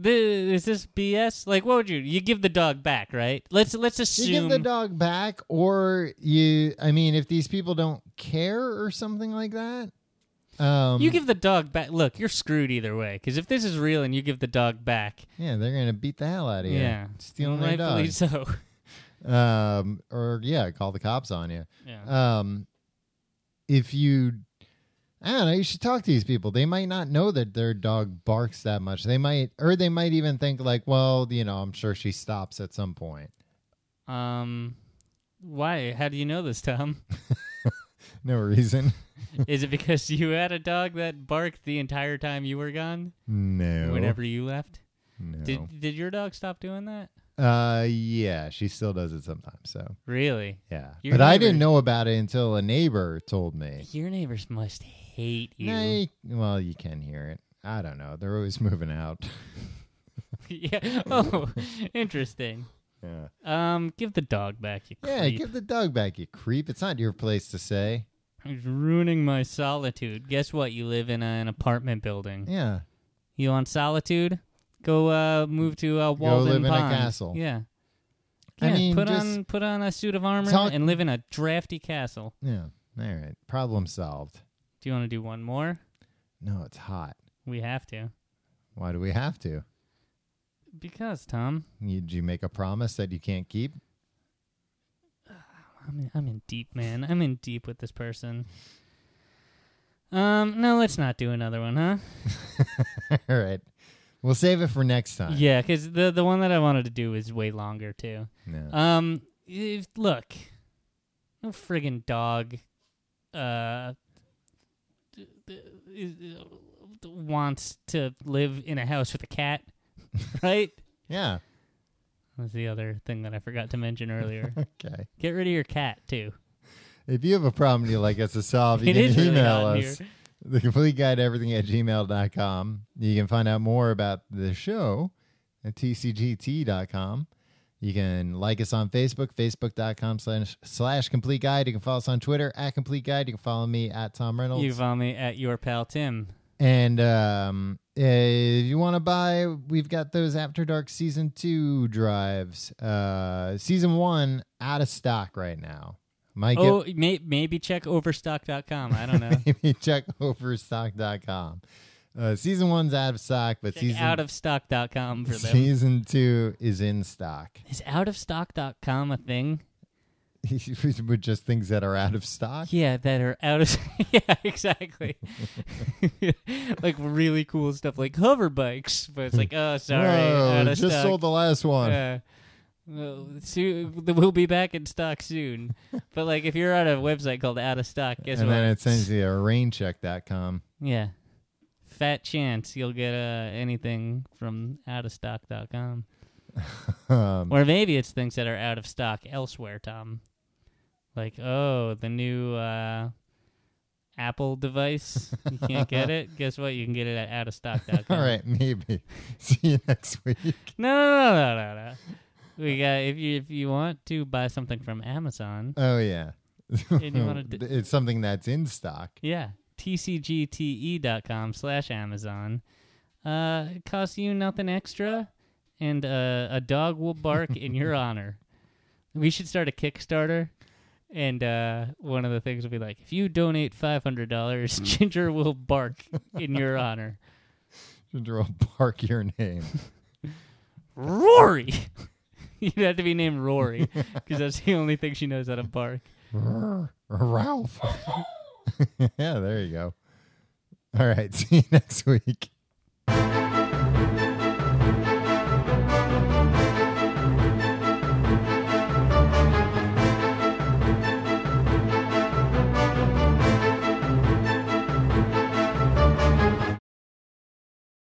A: thi- is this BS? Like, what would you? You give the dog back, right? Let's let's assume.
B: You give the dog back, or you. I mean, if these people don't care or something like that, um,
A: You give the dog back. Look, you're screwed either way. Because if this is real and you give the dog back,
B: yeah, they're gonna beat the hell out of you.
A: yeah,
B: stealing their
A: rightfully
B: dog.
A: so.
B: Um, or yeah, call the cops on you.
A: Yeah.
B: um, if you I don't know, you should talk to these people. They might not know that their dog barks that much. They might or they might even think like, well, you know, I'm sure she stops at some point.
A: um, why? How do you know this, Tom?
B: No reason.
A: is it because you had a dog that barked the entire time you were gone?
B: No.
A: Whenever you left,
B: No.
A: did did your dog stop doing that?
B: uh yeah, she still does it sometimes, so
A: Really?
B: yeah.
A: Your
B: but I didn't
A: neighbor-
B: know about it until a neighbor told me.
A: Your neighbors must hate you.
B: Nah, you- well, you can hear it. I don't know. They're always moving out.
A: yeah. Oh, interesting.
B: yeah.
A: Um, give the dog back, you
B: Yeah,
A: creep.
B: give the dog back, you creep. It's not your place to say.
A: It's ruining my solitude. Guess what? You live in a, an apartment building.
B: Yeah.
A: You want solitude? Go uh, move to uh, Walden
B: live in a
A: Pond.
B: castle.
A: Yeah.
B: I
A: Yeah,
B: mean,
A: put
B: just-
A: on put on a suit of armor
B: Talk-
A: and live in a drafty castle.
B: Yeah. All right. Problem solved.
A: Do you want to do one more?
B: No, it's hot.
A: We have to
B: Why do we have to?
A: because Tom,
B: You, did you make a promise that you can't keep?
A: I'm in, I'm in deep, man. I'm in deep with this person. Um, no, let's not do another one, huh?
B: All right. We'll save it for next time.
A: Yeah, because the the one that I wanted to do is way longer too.
B: No.
A: Um, if, look, no friggin' dog, uh, d- d- is- uh, wants to live in a house with a cat, right?
B: yeah.
A: That's the other thing that I forgot to mention earlier.
B: Okay.
A: Get rid of your cat too.
B: If you have a problem you'd like us to solve, you
A: It
B: can
A: is really
B: email
A: hot in
B: us.
A: here.
B: The complete guide to everything at gmail.com. You can find out more about the show at tcgt.com. You can like us on Facebook, facebook.com slash slash complete guide. You can follow us on Twitter at complete guide. You can follow me at Tom Reynolds.
A: You can follow me at your pal Tim.
B: And um, if you want to buy, we've got those After Dark Season 2 drives. Uh, season 1 out of stock right now. Might get
A: Oh, may, maybe check overstock.com. I don't know.
B: maybe check overstock.com. Uh, season 1's out of stock, but
A: check
B: season,
A: out of stock.com for them.
B: season 2 is in stock.
A: Is out of stock.com a thing?
B: With just things that are out of stock.
A: Yeah, that are out of yeah, exactly. like really cool stuff, like hover bikes, but it's like, oh, sorry,
B: Whoa,
A: out of
B: just
A: stock.
B: sold the last one.
A: Yeah. Well, soo- we'll be back in stock soon. but like, if you're on a website called Out of Stock, guess
B: and
A: what?
B: then it sends you to raincheck.com.
A: yeah, fat chance you'll get uh, anything from outofstock.com,
B: Um,
A: or maybe it's things that are out of stock elsewhere, Tom. Like, oh, the new uh, Apple device, you can't get it. Guess what? You can get it at outofstock.com.
B: all right, maybe. See you next week.
A: No, no, no, no, no, no. We got if you if you want to buy something from Amazon.
B: Oh yeah.
A: And you wanna d-
B: it's something that's in stock.
A: Yeah. TCGTE.com E slash Amazon. Uh, it costs you nothing extra, and uh, a dog will bark in your honor. We should start a Kickstarter, and uh, one of the things will be like, if you donate $500, Ginger will bark in your honor.
B: Draw bark your name.
A: Rory! You'd have to be named Rory, because that's the only thing she knows how to bark.
B: Rrr, Ralph. yeah, there you go. All right, see you next week.